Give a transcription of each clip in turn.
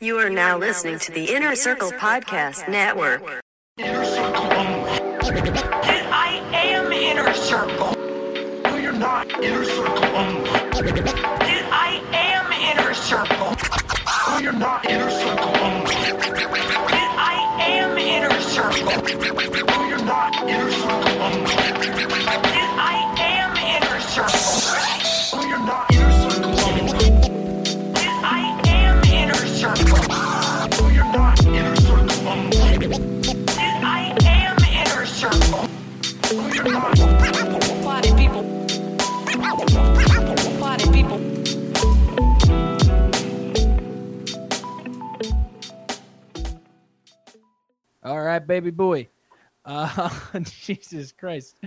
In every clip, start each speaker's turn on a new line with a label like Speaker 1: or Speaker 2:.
Speaker 1: You are now listening to the Inner Circle Podcast Network.
Speaker 2: Inner circle only. Then I am inner circle. No, you're not. Inner circle only. Then I am inner circle. No, you're not. Inner circle only. Then I am inner circle. No, you're not. Inner circle only. Then I am inner circle. No, you're not. Inner circle only. Then I am inner circle. No, you're not. Inner circle only. Then I am inner circle. No, you're not.
Speaker 3: Party people. Party people.
Speaker 4: All right, baby boy. Uh, Jesus Christ.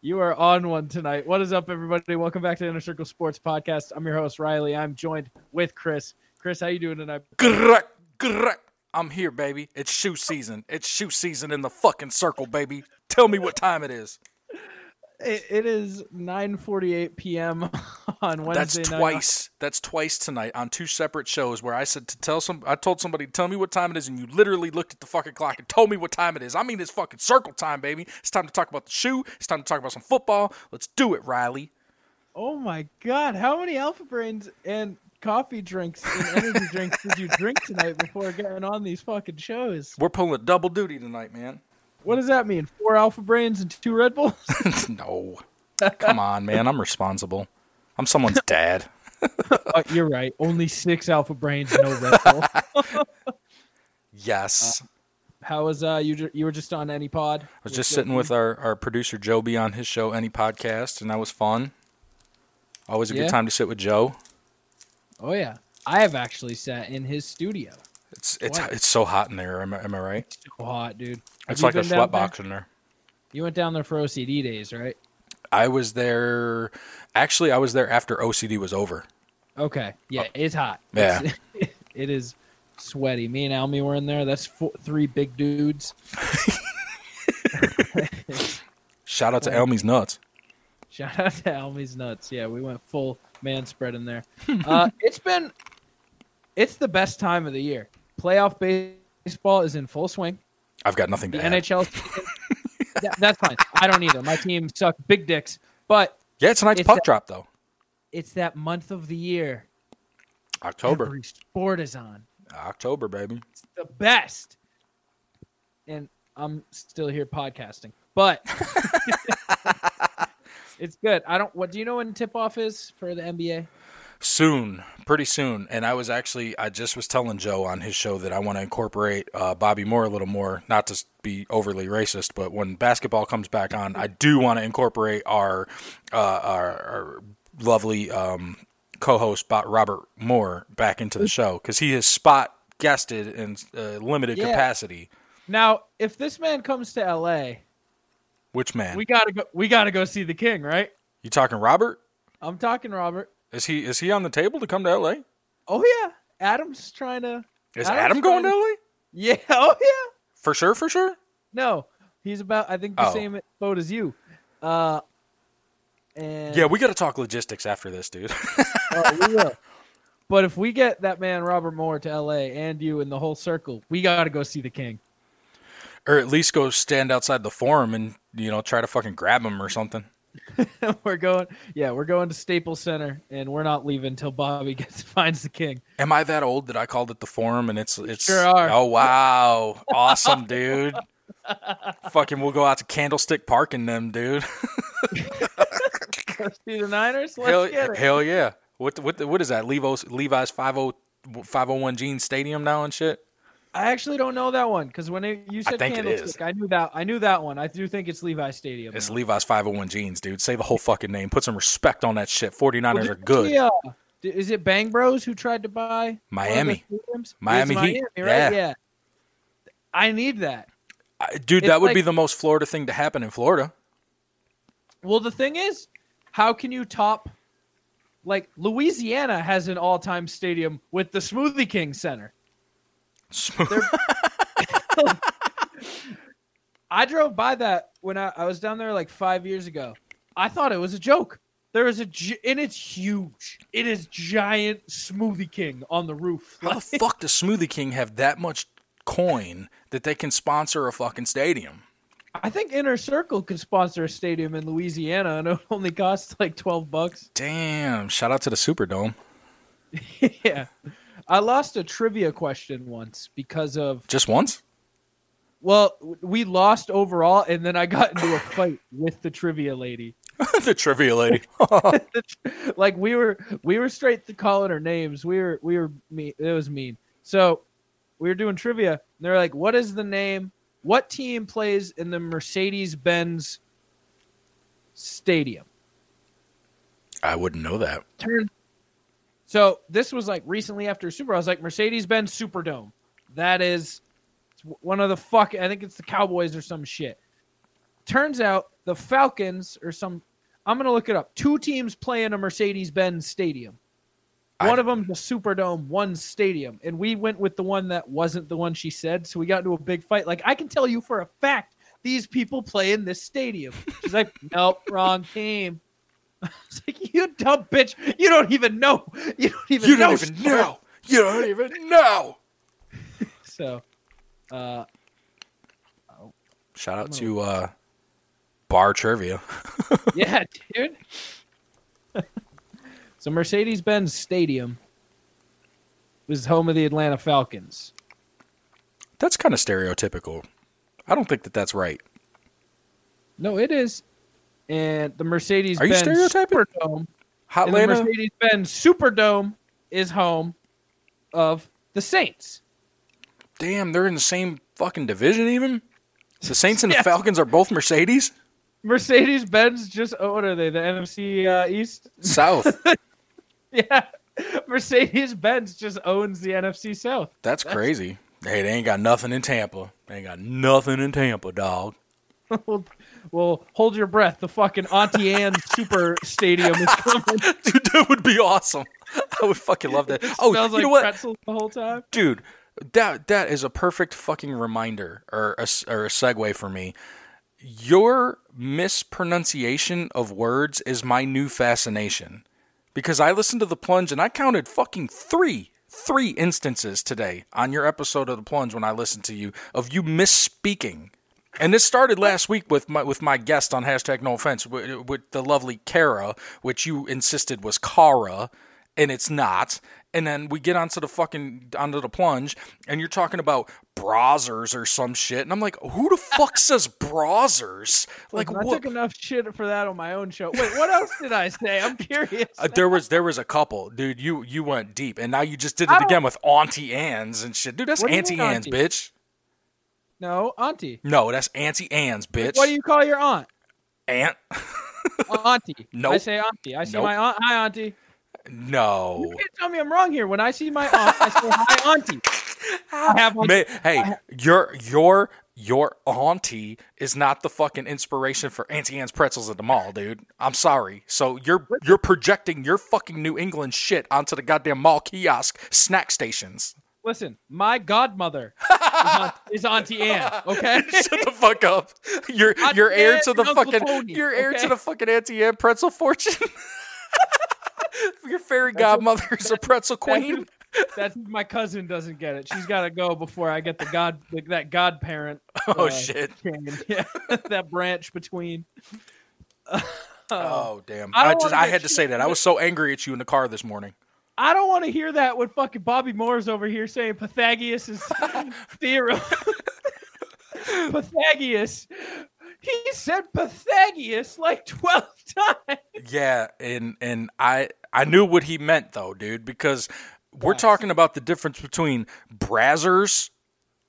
Speaker 4: You are on one tonight. What is up, everybody? Welcome back to Inner Circle Sports Podcast. I'm your host, Riley. I'm joined with Chris. Chris, how you doing tonight?
Speaker 5: Grrrk, grrrk. I'm here, baby. It's shoe season. It's shoe season in the fucking circle, baby. Tell me what time it is.
Speaker 4: It, it is 9.48 p.m. on
Speaker 5: That's
Speaker 4: Wednesday night.
Speaker 5: twice. That's twice tonight on two separate shows where I said to tell some. I told somebody, tell me what time it is, and you literally looked at the fucking clock and told me what time it is. I mean, it's fucking circle time, baby. It's time to talk about the shoe. It's time to talk about some football. Let's do it, Riley.
Speaker 4: Oh, my God. How many Alpha Brains and coffee drinks and energy drinks did you drink tonight before getting on these fucking shows?
Speaker 5: We're pulling a double duty tonight, man.
Speaker 4: What does that mean? Four Alpha Brains and two Red Bulls?
Speaker 5: no, come on, man. I'm responsible. I'm someone's dad.
Speaker 4: Uh, you're right. Only six Alpha Brains, no Red Bull.
Speaker 5: Yes.
Speaker 4: How was uh you? ju- You were just on any pod?
Speaker 5: I was just sitting with our, our producer Joby on his show, Any Podcast, and that was fun. Always a
Speaker 4: Yeah.
Speaker 5: good time to sit with Joe.
Speaker 4: Oh yeah, I have actually sat in his studio.
Speaker 5: It's it's
Speaker 4: Wow.
Speaker 5: it's so hot in there. Am I, am I right?
Speaker 4: So hot, dude. Have
Speaker 5: It's
Speaker 4: you
Speaker 5: like a
Speaker 4: been down
Speaker 5: sweat box in there.
Speaker 4: there? You went down there for OCD days, right?
Speaker 5: I was there. Actually, I was there after OCD was over.
Speaker 4: Okay. Yeah, it's hot.
Speaker 5: Oh. Yeah.
Speaker 4: It's- it is sweaty. Me and Almy were in there. That's four, three big dudes.
Speaker 5: Shout out to Elmy's nuts.
Speaker 4: Shout out to Almy's nuts. Yeah, we went full man spread in there. uh, it's been, it's the best time of the year. Playoff baseball is in full swing.
Speaker 5: I've got nothing to
Speaker 4: the
Speaker 5: add.
Speaker 4: NHL. season- That- that's fine. I don't either. My team suck big dicks, but
Speaker 5: yeah, tonight's
Speaker 4: It's
Speaker 5: puck
Speaker 4: that-
Speaker 5: drop though.
Speaker 4: it's that month of the year.
Speaker 5: October,
Speaker 4: Every sport is on.
Speaker 5: October, baby.
Speaker 4: It's the best. And I'm still here podcasting, but it's good. I don't. What do you know when tip off is for the NBA?
Speaker 5: soon pretty soon and i was actually i just was telling joe on his show that i want to incorporate uh, bobby moore a little more not to s- be overly racist but when basketball comes back on i do want to incorporate our uh, our, our lovely um, co-host Bo- robert moore back into the show because he is spot guested in uh, limited
Speaker 4: Yeah.
Speaker 5: capacity
Speaker 4: Now, if this man comes to LA,
Speaker 5: which man
Speaker 4: we gotta go. We gotta go see the king, right?
Speaker 5: you talking robert
Speaker 4: I'm talking Robert.
Speaker 5: is he is he on the table to come to la
Speaker 4: Oh yeah, Adam's trying to.
Speaker 5: is
Speaker 4: Adam's
Speaker 5: adam going to
Speaker 4: trying-
Speaker 5: la
Speaker 4: Yeah. Oh yeah.
Speaker 5: for sure for sure
Speaker 4: No, he's about I think the
Speaker 5: Oh.
Speaker 4: same boat as you. Uh, and
Speaker 5: yeah we got to talk logistics after this dude
Speaker 4: oh, we will. But if we get that man Robert Moore to L.A. and you in the whole circle, we got to go see the King.
Speaker 5: or at least go stand outside the forum and you know try to fucking grab him or something.
Speaker 4: we're going, yeah, we're going to Staples Center, and we're not leaving till Bobby gets finds the King.
Speaker 5: Am I that old that I called it the forum and it's it's
Speaker 4: Sure are.
Speaker 5: oh wow awesome dude. fucking we'll go out to Candlestick Park and them dude.
Speaker 4: Let's see the Niners. Let's
Speaker 5: hell,
Speaker 4: get it.
Speaker 5: hell yeah. What the- what the- what is that? Levi's Levi's oh, 50 501 Gene Stadium now and shit.
Speaker 4: I actually don't know that one because when it, you said
Speaker 5: think it is.
Speaker 4: Candlestick, I knew that. I knew that one. I do think it's Levi Stadium.
Speaker 5: It's Levi's 501 Jeans, dude. Say the whole fucking name. Put some respect on that shit. 49ers
Speaker 4: Well,
Speaker 5: are
Speaker 4: did you
Speaker 5: good.
Speaker 4: see, uh, d- is it Bang Bros who tried to buy one of
Speaker 5: Miami.
Speaker 4: the stadiums? It's
Speaker 5: Miami
Speaker 4: Miami
Speaker 5: Heat.
Speaker 4: right?
Speaker 5: Yeah.
Speaker 4: yeah. I need that.
Speaker 5: I- dude,
Speaker 4: it's
Speaker 5: that would be
Speaker 4: like-
Speaker 5: the most Florida thing to happen in Florida.
Speaker 4: Well, the thing is, how can you top? Like Louisiana has an all-time stadium with the Smoothie King Center.
Speaker 5: Smooth.
Speaker 4: I drove by that when I, I was down there like five years ago. I thought it was a joke. There is a, gi- and it's huge. It is giant Smoothie King on the roof.
Speaker 5: How the fuck does Smoothie King have that much coin that they can sponsor a fucking stadium?
Speaker 4: I think Inner Circle could sponsor a stadium in Louisiana, and it only costs like twelve bucks.
Speaker 5: Damn! Shout out to the Superdome.
Speaker 4: yeah, I lost a trivia question once because of
Speaker 5: Just once?
Speaker 4: well, we lost overall, and then I got into a fight with the trivia lady.
Speaker 5: the trivia lady.
Speaker 4: like we were we were straight to calling her names. We were we were mean. It was mean. So we were doing trivia, and they're like, "What is the name? What team plays in the Mercedes Benz Stadium?"
Speaker 5: I wouldn't know that.
Speaker 4: Turn. So this was like recently after Super. I was like, "Mercedes Benz Superdome." That is it's one of the fuck. I think it's the Cowboys or some shit. Turns out the Falcons or some. I'm gonna look it up. Two teams play in a Mercedes Benz Stadium.
Speaker 5: I-
Speaker 4: One of them the Superdome, one stadium, and we went with the one that wasn't the one she said. So we got into a big fight. Like I can tell you for a fact, these people play in this stadium. She's like, nope, wrong team. I was like, you dumb bitch, you don't even know. You don't even
Speaker 5: You
Speaker 4: know.
Speaker 5: don't even know. You don't even know.
Speaker 4: So, uh,
Speaker 5: Shout out to uh, Bar Trivia.
Speaker 4: yeah, dude. so Mercedes-Benz Stadium was home of the Atlanta Falcons.
Speaker 5: That's kind of stereotypical. I don't think that that's right.
Speaker 4: No, it is. And the Mercedes
Speaker 5: Are you
Speaker 4: Benz
Speaker 5: stereotyping?
Speaker 4: Superdome.
Speaker 5: Hot
Speaker 4: and the
Speaker 5: Atlanta.
Speaker 4: Mercedes Benz Superdome is home of the Saints.
Speaker 5: Damn, they're in the same fucking division. Even the Saints and
Speaker 4: Yeah.
Speaker 5: the Falcons are both Mercedes.
Speaker 4: Mercedes Benz just oh, what are they? The NFC uh, East?
Speaker 5: South.
Speaker 4: Yeah. Mercedes Benz just owns the NFC South.
Speaker 5: That's crazy. Hey, they ain't got nothing in Tampa. They ain't got nothing in Tampa, dog.
Speaker 4: well, well, hold your breath. The fucking Auntie Anne Super Stadium is coming.
Speaker 5: Dude, that would be awesome. I would fucking love that. Oh,
Speaker 4: Smells
Speaker 5: you
Speaker 4: like
Speaker 5: know what?
Speaker 4: pretzels the whole time.
Speaker 5: dude that that is a perfect fucking reminder or a, s- or a segue for me your mispronunciation of words is my new fascination because i listened to the plunge and i counted fucking three three instances today on your episode of the plunge when i listened to you of you misspeaking and this started last week with my with my guest on hashtag no offense with, with the lovely Kara, which you insisted was Kara, and it's not. And then we get onto the fucking onto the plunge, and you're talking about browsers or some shit, and I'm like, who the fuck says browsers? Like
Speaker 4: I
Speaker 5: what?
Speaker 4: took enough shit for that on my own show. Wait, what else did I say? I'm curious.
Speaker 5: Uh, there was there was a couple, dude. You you went deep, and now you just did
Speaker 4: I
Speaker 5: it
Speaker 4: don't-
Speaker 5: again with Auntie Anne's and shit, dude. That's
Speaker 4: What do you mean,
Speaker 5: Auntie Anne's,
Speaker 4: auntie?
Speaker 5: bitch.
Speaker 4: No, Auntie.
Speaker 5: No, that's Auntie Anne's, bitch.
Speaker 4: What do you call your aunt?
Speaker 5: Aunt?
Speaker 4: Auntie.
Speaker 5: Nope.
Speaker 4: I say auntie. I see
Speaker 5: Nope.
Speaker 4: my aunt. Hi, auntie.
Speaker 5: No.
Speaker 4: You can't tell me I'm wrong here. When I see my aunt, I say hi, auntie. I have one.
Speaker 5: Ma- hey, your your your auntie is not the fucking inspiration for Auntie Anne's pretzels at the mall, dude. I'm sorry. So you're you're projecting your fucking New England shit onto the goddamn mall kiosk snack stations.
Speaker 4: Listen, my godmother is, aunt, is Auntie Anne. Okay.
Speaker 5: Shut the fuck up. You're
Speaker 4: Auntie
Speaker 5: you're heir
Speaker 4: Anne
Speaker 5: to the
Speaker 4: and Uncle
Speaker 5: fucking
Speaker 4: Tony,
Speaker 5: you're heir to
Speaker 4: okay?
Speaker 5: the fucking Auntie Anne pretzel fortune. your fairy godmother is a pretzel queen.
Speaker 4: That's my cousin doesn't get it. She's got to go before I get the god that godparent.
Speaker 5: Oh
Speaker 4: uh,
Speaker 5: shit.
Speaker 4: chain. Yeah, that branch between.
Speaker 5: Oh damn.
Speaker 4: I
Speaker 5: I,
Speaker 4: don't
Speaker 5: just
Speaker 4: wanna
Speaker 5: I
Speaker 4: get
Speaker 5: had to
Speaker 4: you-
Speaker 5: say that. I was so angry at you in the car this morning.
Speaker 4: I don't want to hear that when fucking Bobby Moore's over here saying Pythagoras is theorem. Pythagoras. He said Pythagoras like 12 times.
Speaker 5: Yeah, and and I I knew what he meant though, dude, because we're talking about the difference between brazzers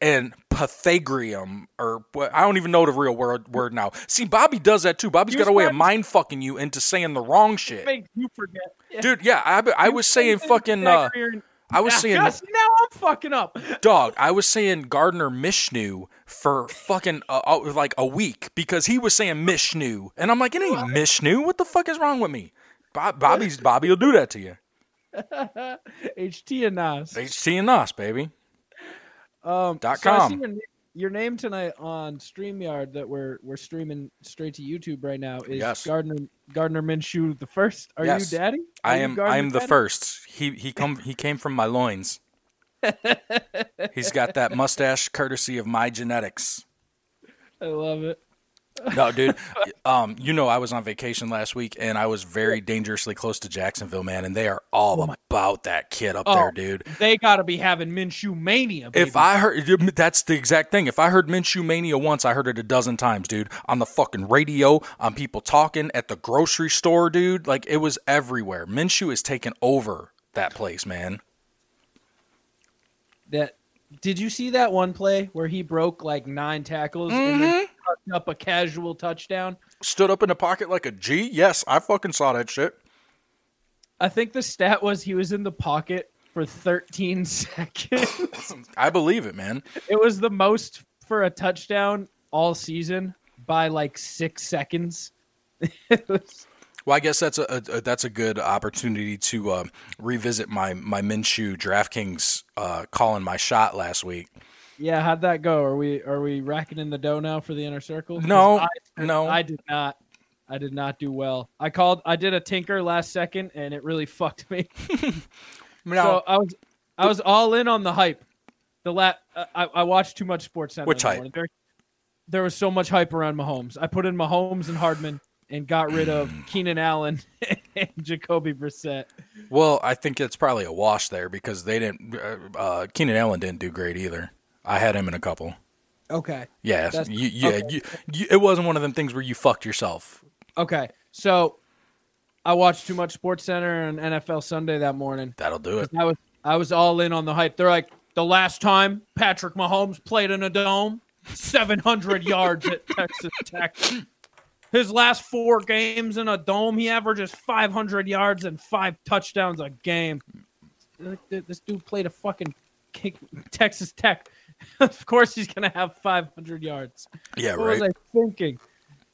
Speaker 5: and Pythagoreum, or what I don't even know the real word word now. See, Bobby does that too. Bobby's
Speaker 4: You're
Speaker 5: got a way of
Speaker 4: smart.
Speaker 5: mind fucking you into saying the wrong shit,
Speaker 4: Makes you forget. Yeah.
Speaker 5: dude. Yeah, I, I was saying fucking. Uh,
Speaker 4: Pythagorean-
Speaker 5: I was
Speaker 4: Now-
Speaker 5: saying
Speaker 4: yes, now I'm fucking up.
Speaker 5: dog. I was saying Gardner Mishnu for fucking uh, uh, like a week because he was saying Mishnu, and I'm like, it ain't Mishnu. What the fuck is wrong with me? Bob, Bobby's Bobby will do that to you.
Speaker 4: HT and Nas.
Speaker 5: HT and us, baby.
Speaker 4: Um,
Speaker 5: Dot
Speaker 4: so I
Speaker 5: com.
Speaker 4: see your, your name tonight on StreamYard that we're we're streaming straight to YouTube right now is
Speaker 5: Yes.
Speaker 4: Gardner Gardner Minshew the first. Are
Speaker 5: Yes.
Speaker 4: you daddy? Are
Speaker 5: I
Speaker 4: you
Speaker 5: am.
Speaker 4: Gardner
Speaker 5: I am the
Speaker 4: daddy?
Speaker 5: first. He he come he came from my loins. He's got that mustache courtesy of my genetics.
Speaker 4: I love it.
Speaker 5: No, dude. Um, you know I was on vacation last week and I was very dangerously close to Jacksonville, man, and they are all
Speaker 4: Oh
Speaker 5: about that kid up there, dude.
Speaker 4: They gotta be having Minshew mania. Baby.
Speaker 5: If I heard that's the exact thing. If I heard Minshew Mania once, I heard it a dozen times, dude. On the fucking radio, on people talking at the grocery store, dude. Like it was everywhere. Minshew is taking over that place, man.
Speaker 4: that did you see that one play where he broke like nine tackles and then
Speaker 5: Mm-hmm.
Speaker 4: cut up a casual touchdown?
Speaker 5: Stood up in the pocket like a G. Yes, I fucking saw that shit.
Speaker 4: I think the stat was he was in the pocket for 13 seconds.
Speaker 5: I believe it, man.
Speaker 4: it was the most for a touchdown all season by like six seconds. It was-
Speaker 5: Well, I guess that's a, a, a that's a good opportunity to uh, revisit my my Minshew DraftKings uh, calling my shot last week.
Speaker 4: yeah, how'd that go? Are we are we racking in the dough now for the inner circle? 'Cause
Speaker 5: No,
Speaker 4: I,
Speaker 5: no.
Speaker 4: I did not. I did not do well. I called. I did a tinker last second, and it really fucked me.
Speaker 5: No,
Speaker 4: So I was I was all in on the hype. The la- uh, I, I watched too much sports. Center
Speaker 5: Which
Speaker 4: in the
Speaker 5: hype?
Speaker 4: morning. There, there was so much hype around Mahomes. I put in Mahomes and Hardman and got rid of
Speaker 5: Mm.
Speaker 4: Keenan Allen and Jacoby Brissett.
Speaker 5: well, I think it's probably a wash there because they didn't. Uh, uh, Keenan Allen didn't do great either. I had him in a couple.
Speaker 4: Okay.
Speaker 5: Yeah,
Speaker 4: That's-
Speaker 5: you, yeah.
Speaker 4: okay.
Speaker 5: You, you, it wasn't one of them things where you fucked yourself.
Speaker 4: Okay. So I watched too much Sports Center and NFL Sunday that morning.
Speaker 5: That'll do it.
Speaker 4: I was I was all in on the hype. They're like the last time Patrick Mahomes played in a dome, 700 yards at Texas Tech. His last four games in a dome, he averages 500 yards and five touchdowns a game. Like, th- This dude played a fucking kick Texas Tech. of course, he's gonna have 500 yards.
Speaker 5: Yeah,
Speaker 4: What
Speaker 5: right.
Speaker 4: was I thinking?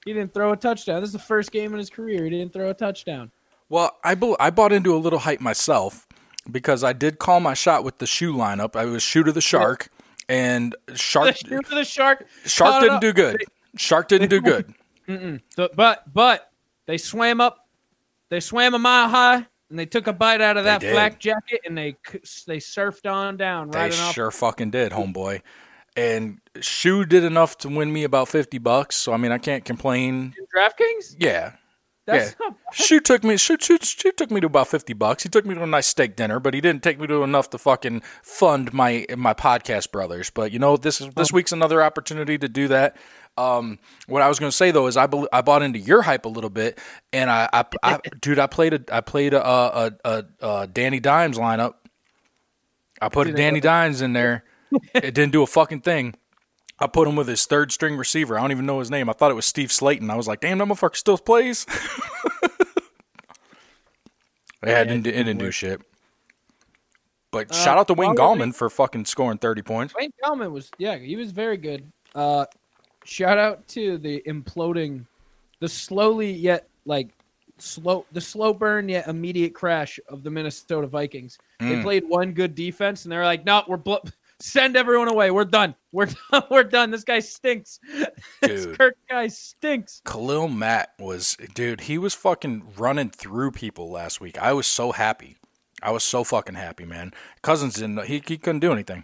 Speaker 4: He didn't throw a touchdown. This is the first game in his career he didn't throw a touchdown.
Speaker 5: Well, I bel I bought into a little hype myself because I did call my shot with the shoe lineup. I was shoot of the shark, and
Speaker 4: The
Speaker 5: shark
Speaker 4: shoe for the shark.
Speaker 5: shark
Speaker 4: caught it
Speaker 5: didn't
Speaker 4: up.
Speaker 5: do good. Shark didn't do good.
Speaker 4: So- but but they swam up, they swam a mile high, and they took a bite out of that
Speaker 5: did.
Speaker 4: black jacket, and they c- they surfed on down
Speaker 5: They
Speaker 4: right off.
Speaker 5: sure fucking did, homeboy. And shoe did enough to win me about fifty bucks. So I mean, I can't complain.
Speaker 4: DraftKings.
Speaker 5: Yeah,
Speaker 4: That's
Speaker 5: yeah.
Speaker 4: not-
Speaker 5: Shoe took me. Shoe, shoe, shoe took me to about fifty bucks. He took me to a nice steak dinner, but he didn't take me to enough to fucking fund my my podcast brothers. But you know, this is this week's another opportunity to do that. Um, what I was going to say though is I bel I bought into your hype a little bit, and I, I, I dude, I played a I played a a, a, a Danny Dimes lineup. I put a Danny Dimes in there. it didn't do a fucking thing. I put him with his third string receiver. I don't even know his name. I thought it was Steve Slayton. I was like, damn, that motherfucker still plays. yeah, it didn't, it didn't do shit. But shout out to Wayne
Speaker 4: probably-
Speaker 5: Gallman for fucking scoring 30 points.
Speaker 4: Wayne Gallman was yeah, he was very good. Uh, shout out to the imploding, the slowly yet like slow the slow burn yet immediate crash of the Minnesota Vikings.
Speaker 5: Mm.
Speaker 4: They played one good defense and they're like, no, we're blo- send everyone away. We're done. We're done. We're done. This guy stinks. this
Speaker 5: Dude.
Speaker 4: Kirk guy stinks.
Speaker 5: Khalil Matt was, dude, he was fucking running through people last week. I was so happy. I was so fucking happy, man. Cousins didn't, he, he couldn't do anything.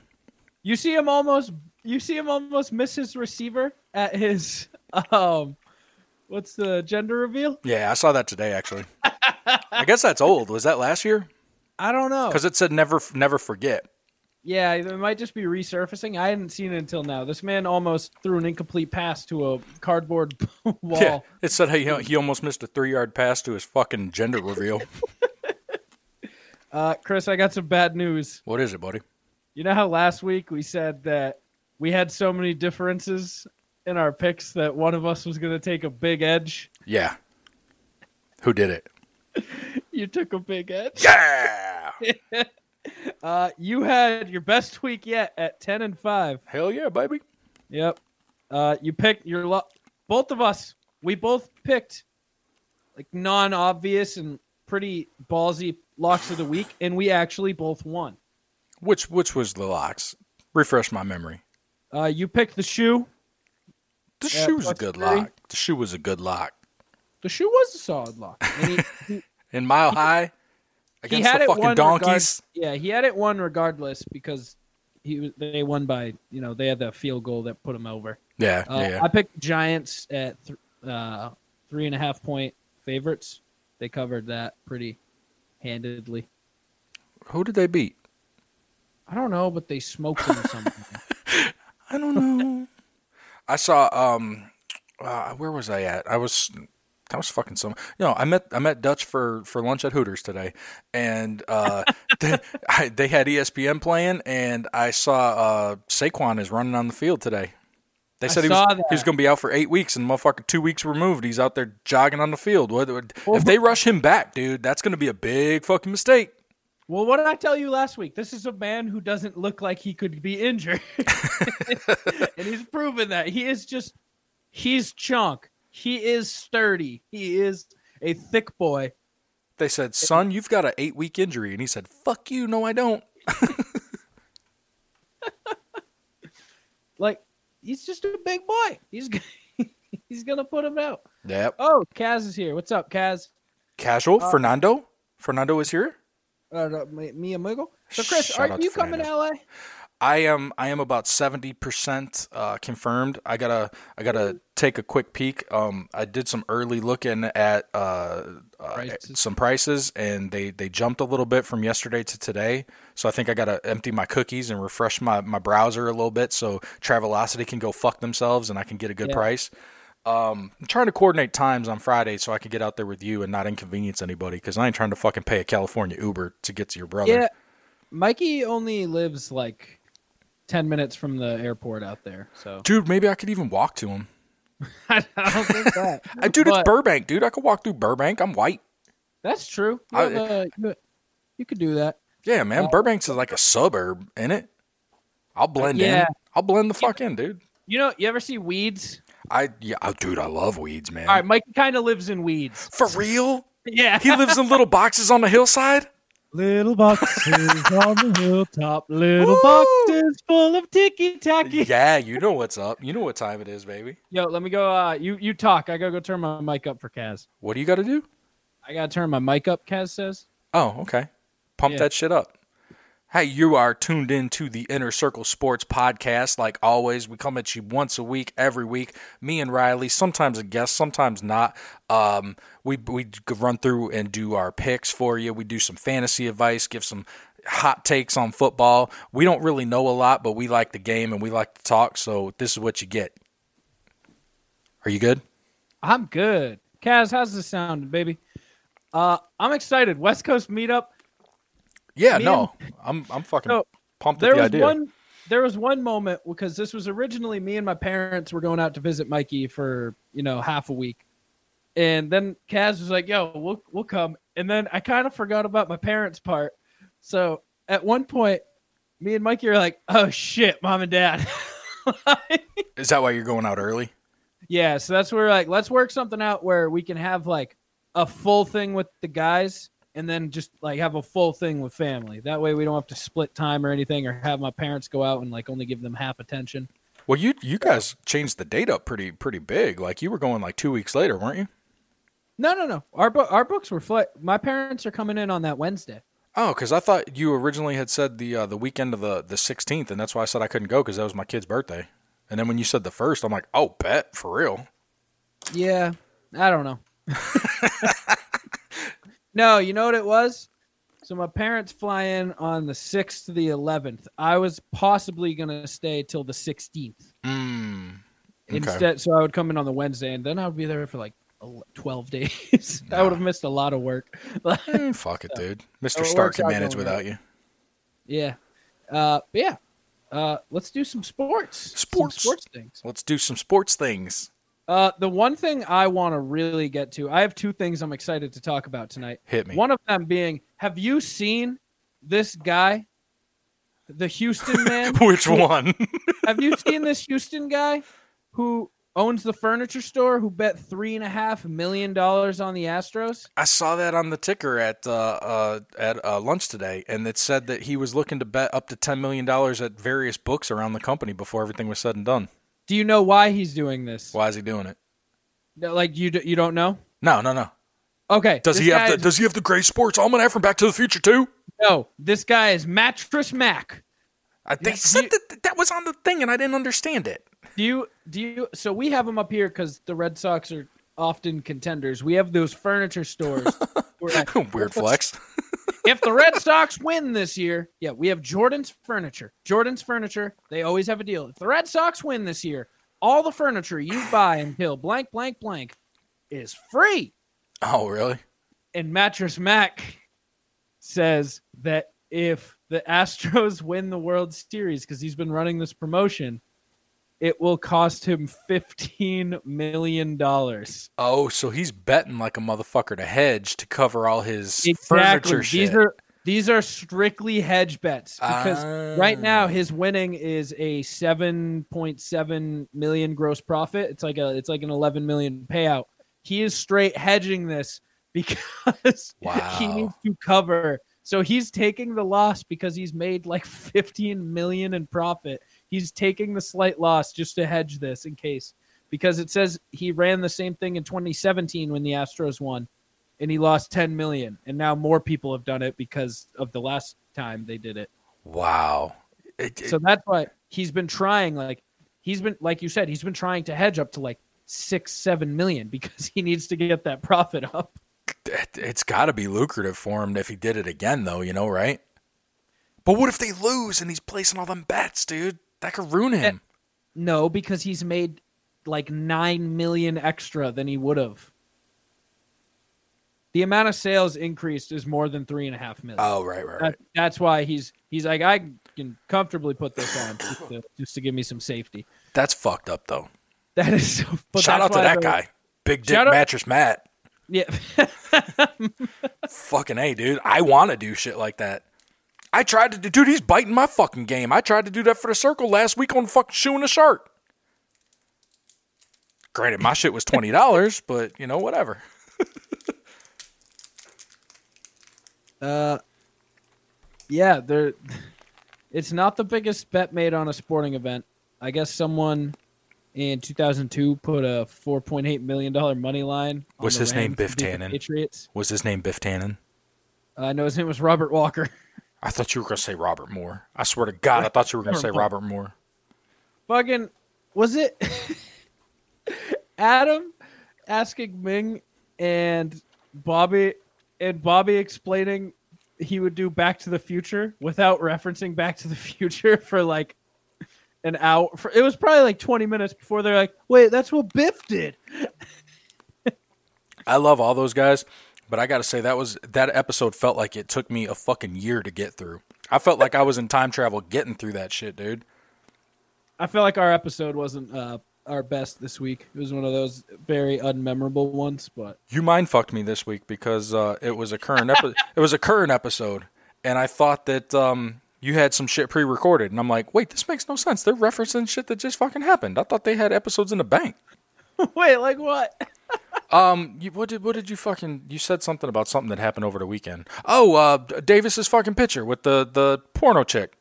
Speaker 4: You see him almost. You see him almost miss his receiver at his um, what's the gender reveal?
Speaker 5: Yeah, I saw that today, actually. I guess that's old. Was that last year?
Speaker 4: I don't know.
Speaker 5: Because it said never, never forget.
Speaker 4: Yeah, it might just be resurfacing. I hadn't seen it until now. This man almost threw an incomplete pass to a cardboard wall.
Speaker 5: Yeah, it said hey, he, he almost missed a three yard pass to his fucking gender reveal.
Speaker 4: Uh, Chris, I got some bad news.
Speaker 5: what is it, buddy?
Speaker 4: You know how last week we said that we had so many differences in our picks that one of us was going to take a big edge?
Speaker 5: Yeah. Who did it?
Speaker 4: You took a big edge.
Speaker 5: Yeah.
Speaker 4: Uh, you had your best week yet at 10 and 5.
Speaker 5: Hell yeah, baby.
Speaker 4: Yep. Uh, you picked your lo- both of us. We both picked like non-obvious and pretty ballsy locks of the week, and we actually both won.
Speaker 5: Which which was the locks? Refresh my memory.
Speaker 4: Uh, you picked the shoe.
Speaker 5: The
Speaker 4: Yeah,
Speaker 5: shoe's a
Speaker 4: plus
Speaker 5: good
Speaker 4: three.
Speaker 5: lock. The shoe was a good lock.
Speaker 4: The shoe was a solid lock. And he, he-
Speaker 5: In Mile High,
Speaker 4: he
Speaker 5: against
Speaker 4: had
Speaker 5: the
Speaker 4: it
Speaker 5: fucking
Speaker 4: won. regard-
Speaker 5: donkeys.
Speaker 4: yeah, he had it won regardless because he was- they won by you know they had that field goal that put him over.
Speaker 5: yeah,
Speaker 4: Uh,
Speaker 5: yeah.
Speaker 4: I picked Giants at th- uh, three and a half point favorites. They covered that pretty handedly.
Speaker 5: Who did they beat?
Speaker 4: I don't know, but they smoked them somehow.
Speaker 5: I don't know. I saw um uh, where was I at? I was I was fucking some no, I met I met Dutch for for lunch at Hooters today and uh they, I, they had E ESPN playing and I saw uh Saquon is running on the field today. They
Speaker 4: I
Speaker 5: said he
Speaker 4: saw
Speaker 5: was,
Speaker 4: that.
Speaker 5: he was going to be out for eight weeks, and motherfucker, two weeks removed. He's out there jogging on the field. What, what-
Speaker 4: Well,
Speaker 5: if they rush him back, dude, that's going to be a big fucking mistake.
Speaker 4: well, what did I tell you last week? This is a man who doesn't look like he could be injured, and he's proven that he is just he's chunk. He is sturdy. He is a thick boy.
Speaker 5: They said, "Son, you've got an eight-week injury," and he said, "Fuck you, no, I don't."
Speaker 4: Like he's just a big boy. He's g- he's gonna put him out.
Speaker 5: Yep.
Speaker 4: Oh, Kaz is here. What's up, Kaz?
Speaker 5: Casual Fernando. Fernando is here.
Speaker 4: Uh, no, mi, mi amigo. So, Chris,
Speaker 5: Shout out
Speaker 4: are
Speaker 5: to
Speaker 4: you coming to
Speaker 5: Fernando.
Speaker 4: LA?
Speaker 5: I am. I am about seventy percent uh, confirmed. I gotta. I gotta take a quick peek. Um, I did some early looking at uh, uh,
Speaker 4: Prices.
Speaker 5: some prices, and they they jumped a little bit from yesterday to today. So I think I gotta empty my cookies and refresh my my browser a little bit, so Travelocity can go fuck themselves, and I can get a good
Speaker 4: Yeah.
Speaker 5: price. Um, I'm trying to coordinate times on Friday so I can get out there with you and not inconvenience anybody because I ain't trying to fucking pay a California Uber to get to your brother.
Speaker 4: Yeah. Mikey only lives like 10 minutes from the airport out there. So
Speaker 5: Dude, maybe I could even walk to him.
Speaker 4: I don't think that.
Speaker 5: Uh, dude, it's
Speaker 4: But-
Speaker 5: Burbank, dude. I could walk through Burbank. I'm white.
Speaker 4: That's true. You,
Speaker 5: I-
Speaker 4: have a- you- you could do that.
Speaker 5: Yeah, man.
Speaker 4: Uh,
Speaker 5: Burbank's is like a suburb, ain't it? I'll blend in.
Speaker 4: Yeah.
Speaker 5: I'll blend the fuck in, dude.
Speaker 4: You know, you ever see weeds?
Speaker 5: I yeah, oh, dude. I love weeds, man.
Speaker 4: All right, Mikey kind of lives in weeds.
Speaker 5: For real?
Speaker 4: Yeah.
Speaker 5: He lives in little boxes on the hillside.
Speaker 4: little boxes on the hilltop, little
Speaker 5: Woo!
Speaker 4: boxes full of ticky tacky.
Speaker 5: Yeah, you know what's up. You know what time it is, baby.
Speaker 4: Yo, let me go. Uh, you, you talk. I got to go turn my mic up for Kaz.
Speaker 5: What do you got to do?
Speaker 4: I got to turn my mic up, Kaz says.
Speaker 5: Oh, okay. Pump
Speaker 4: Yeah.
Speaker 5: that shit up. Hey, you are tuned in to the Inner Circle Sports Podcast. Like always, we come at you once a week, every week. Me and Riley, sometimes a guest, sometimes not. Um, we we run through and do our picks for you. We do some fantasy advice, give some hot takes on football. We don't really know a lot, but we like the game and we like to talk. So this is what you get. Are you good?
Speaker 4: I'm good. Kaz, how's this sounding, baby? Uh, I'm excited. West Coast meetup.
Speaker 5: Yeah,
Speaker 4: Me
Speaker 5: no, I'm I'm fucking
Speaker 4: So,
Speaker 5: pumped at
Speaker 4: There
Speaker 5: the
Speaker 4: was
Speaker 5: idea.
Speaker 4: one. There was one moment because this was originally me and my parents were going out to visit Mikey for you know half a week, and then Kaz was like, "Yo, we'll we'll come." And then I kind of forgot about my parents' part. So at one point, me and Mikey are like, "Oh shit, mom and dad."
Speaker 5: Is that why you're going out early?
Speaker 4: Yeah, so that's where like let's work something out where we can have like a full thing with the guys and then just like have a full thing with family. That way we don't have to split time or anything or have my parents go out and like only give them half attention.
Speaker 5: Well, you you guys changed the date up pretty pretty big. Like you were going like two weeks later, weren't you?
Speaker 4: No, no, no. Our bo- our books were fl- my parents are coming in on that Wednesday.
Speaker 5: Oh, because I thought you originally had said the uh, the weekend of the the sixteenth, and that's why I said I couldn't go because that was my kid's birthday. And then when you said the first, I'm like, oh, bet for real.
Speaker 4: Yeah, I don't know. no, you know what it was? So my parents fly in on the 6th to the 11th. I was possibly going to stay till the 16th.
Speaker 5: Mm. Okay.
Speaker 4: instead so i would come in on the wednesday and then i would be there for like el- 12 days i would have missed a lot of work
Speaker 5: Eh, fuck it, dude. Mister
Speaker 4: it
Speaker 5: Stark
Speaker 4: worked
Speaker 5: can
Speaker 4: out
Speaker 5: manage
Speaker 4: going
Speaker 5: without you.
Speaker 4: yeah uh but yeah uh let's do some sports Some
Speaker 5: Sports.
Speaker 4: sports things
Speaker 5: Let's do some sports things.
Speaker 4: uh the one thing i want to really get to i have two things i'm excited to talk about tonight
Speaker 5: Hit me.
Speaker 4: one of them being have you seen this guy the houston man
Speaker 5: Which one?
Speaker 4: have you seen this houston guy who owns the furniture store who bet three and a half million dollars on the Astros.
Speaker 5: I saw that on the ticker at uh, uh, at uh, lunch today, and it said that he was looking to bet up to ten million dollars at various books around the company before everything was said and done.
Speaker 4: Do you know why he's doing this?
Speaker 5: Why is he doing it?
Speaker 4: No, Like you, d- you don't know?
Speaker 5: No, no, no.
Speaker 4: Okay.
Speaker 5: Does
Speaker 4: this
Speaker 5: he have
Speaker 4: guy
Speaker 5: the
Speaker 4: is-
Speaker 5: Does he have the gray sports almanac from Back to the Future too?
Speaker 4: no, this guy is mattress Mac.
Speaker 5: I they
Speaker 4: Yeah,
Speaker 5: said
Speaker 4: you-
Speaker 5: that that was on the thing, and I didn't understand it.
Speaker 4: Do you do you so we have them up here because the Red Sox are often contenders. We have those furniture stores. We're like,
Speaker 5: Weird flex.
Speaker 4: if the Red Sox win this year, yeah, we have Jordan's furniture. Jordan's furniture, they always have a deal. If the Red Sox win this year, all the furniture you buy until blank blank blank is free.
Speaker 5: Oh, really?
Speaker 4: And Mattress Mac says that if the Astros win the World Series, because he's been running this promotion, it will cost him fifteen million dollars.
Speaker 5: Oh, so he's betting like a motherfucker to hedge to cover all his furniture
Speaker 4: These
Speaker 5: shit.
Speaker 4: are these are strictly hedge bets because right now
Speaker 5: Ah.
Speaker 4: his winning is a 7.7 million gross profit. It's like a it's like an 11 million payout. He is straight hedging this because he
Speaker 5: Wow.
Speaker 4: needs to cover. So he's taking the loss because he's made like 15 million in profit. He's taking the slight loss just to hedge this in case because it says he ran the same thing in 2017 when the Astros won and he lost 10 million and now more people have done it because of the last time they did it
Speaker 5: wow. It- it-
Speaker 4: so that's why he's been trying like he's been like you said he's been trying to hedge up to like six seven million because he needs to get that profit up
Speaker 5: it- it's got to be lucrative for him if he did it again, though. You know, right? But what if they lose and he's placing all them bets, dude? That could ruin him.
Speaker 4: Eh. no because he's made like nine million extra than he would have the amount of sales increased is more than three and a half million
Speaker 5: Oh, right, right, right.
Speaker 4: That, that's why he's he's like I can comfortably put this on just to, just to give me some safety.
Speaker 5: That's fucked up, though.
Speaker 4: That is so. But
Speaker 5: Shout out
Speaker 4: that's
Speaker 5: to
Speaker 4: why
Speaker 5: that
Speaker 4: the-
Speaker 5: guy, Big Dick
Speaker 4: Shout out-
Speaker 5: Mattress Matt.
Speaker 4: Yeah,
Speaker 5: Fucking a, dude. I want to do shit like that. I tried to do, dude. He's biting my fucking game. I tried to do that for the circle last week on fucking shoeing a shark. Granted, my shit was twenty dollars, but you know, whatever.
Speaker 4: yeah. There, it's not the biggest bet made on a sporting event. I guess someone in 2002 put a 4.8 million dollar money line. on
Speaker 5: Was
Speaker 4: the
Speaker 5: his name
Speaker 4: Rams to
Speaker 5: Biff
Speaker 4: beat the
Speaker 5: Tannen?
Speaker 4: Patriots.
Speaker 5: Was his name Biff Tannen?
Speaker 4: Uh, I know his name was Robert Walker.
Speaker 5: I thought you were gonna say Robert Moore. I swear to God, I thought you were gonna say Robert Moore.
Speaker 4: fucking was it Adam asking Ming and Bobby and Bobby explaining he would do Back to the Future without referencing Back to the Future for like an hour. For, it was probably like twenty minutes before they're like, "Wait, that's what Biff did."
Speaker 5: I love all those guys, but I gotta say that was that episode felt like it took me a fucking year to get through. I felt like I was in time travel getting through that shit, dude.
Speaker 4: I feel like our episode wasn't uh, our best this week. It was one of those very unmemorable ones, but
Speaker 5: You mind fucked me this week because uh, it was a current epi- it was a current episode, and I thought that um, you had some shit pre recorded, and I'm like, wait, this makes no sense. They're referencing shit that just fucking happened. I thought they had episodes in the bank.
Speaker 4: wait, like what?
Speaker 5: You, what did what did you fucking you said something about something that happened over the weekend? Oh, uh, D- Davis's fucking picture with the the porno chick.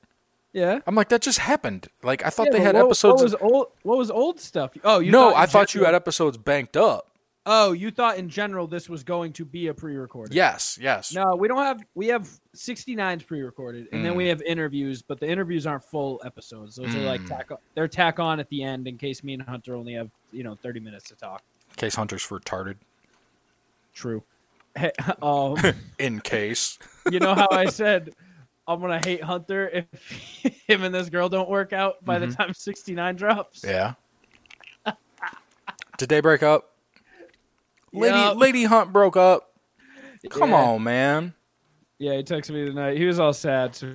Speaker 4: Yeah.
Speaker 5: I'm like that just happened. Like I thought they
Speaker 4: Yeah,
Speaker 5: had
Speaker 4: but what-
Speaker 5: episodes.
Speaker 4: What was old? What was old stuff? Oh, you
Speaker 5: no,
Speaker 4: thought
Speaker 5: I
Speaker 4: in
Speaker 5: thought you
Speaker 4: general-
Speaker 5: had episodes banked up.
Speaker 4: Oh, you thought in general this was going to be a pre-recorded.
Speaker 5: Yes, yes.
Speaker 4: No, we don't have. We have 69s pre-recorded, and
Speaker 5: Mm.
Speaker 4: then we have interviews, but the interviews aren't full episodes. Those are like tack. They're tack on at the end in case me and Hunter only have you know 30 minutes to talk.
Speaker 5: In case Hunter's retarded.
Speaker 4: True. Hey, um,
Speaker 5: In case.
Speaker 4: you know how I said I'm gonna hate Hunter if him and this girl don't work out by the time 69 drops.
Speaker 5: Mm-hmm. Yeah. Did they break up? Lady
Speaker 4: Yup.
Speaker 5: Lady Hunt broke up. Come
Speaker 4: Yeah.
Speaker 5: on, man.
Speaker 4: Yeah, he texted me tonight. He was all sad. So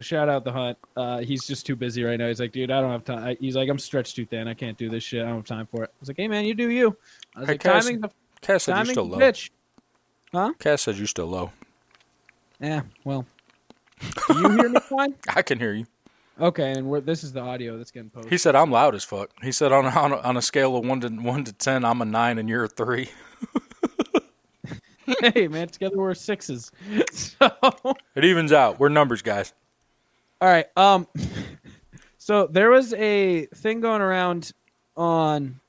Speaker 4: shout out the hunt. Uh, he's just too busy right now. He's like, dude, I don't have time. I- He's like, I'm stretched too thin. I can't do this shit. I don't have time for it. I was like, hey man, you do you. I was
Speaker 5: Hey,
Speaker 4: like,
Speaker 5: Cass-
Speaker 4: timing's a
Speaker 5: Cass said you're
Speaker 4: timing's a
Speaker 5: still low.
Speaker 4: bitch.
Speaker 5: Cass said you're still low.
Speaker 4: Yeah, well, do you hear me fine?
Speaker 5: I can hear you.
Speaker 4: Okay, and we're, this is the audio that's getting posted.
Speaker 5: He said I'm loud as fuck. He said on on a, on a scale of one to one to ten, I'm a nine and you're a three.
Speaker 4: hey, man, together we're sixes. So, all
Speaker 5: It evens out. We're numbers guys.
Speaker 4: right. Um, so there was a thing going around on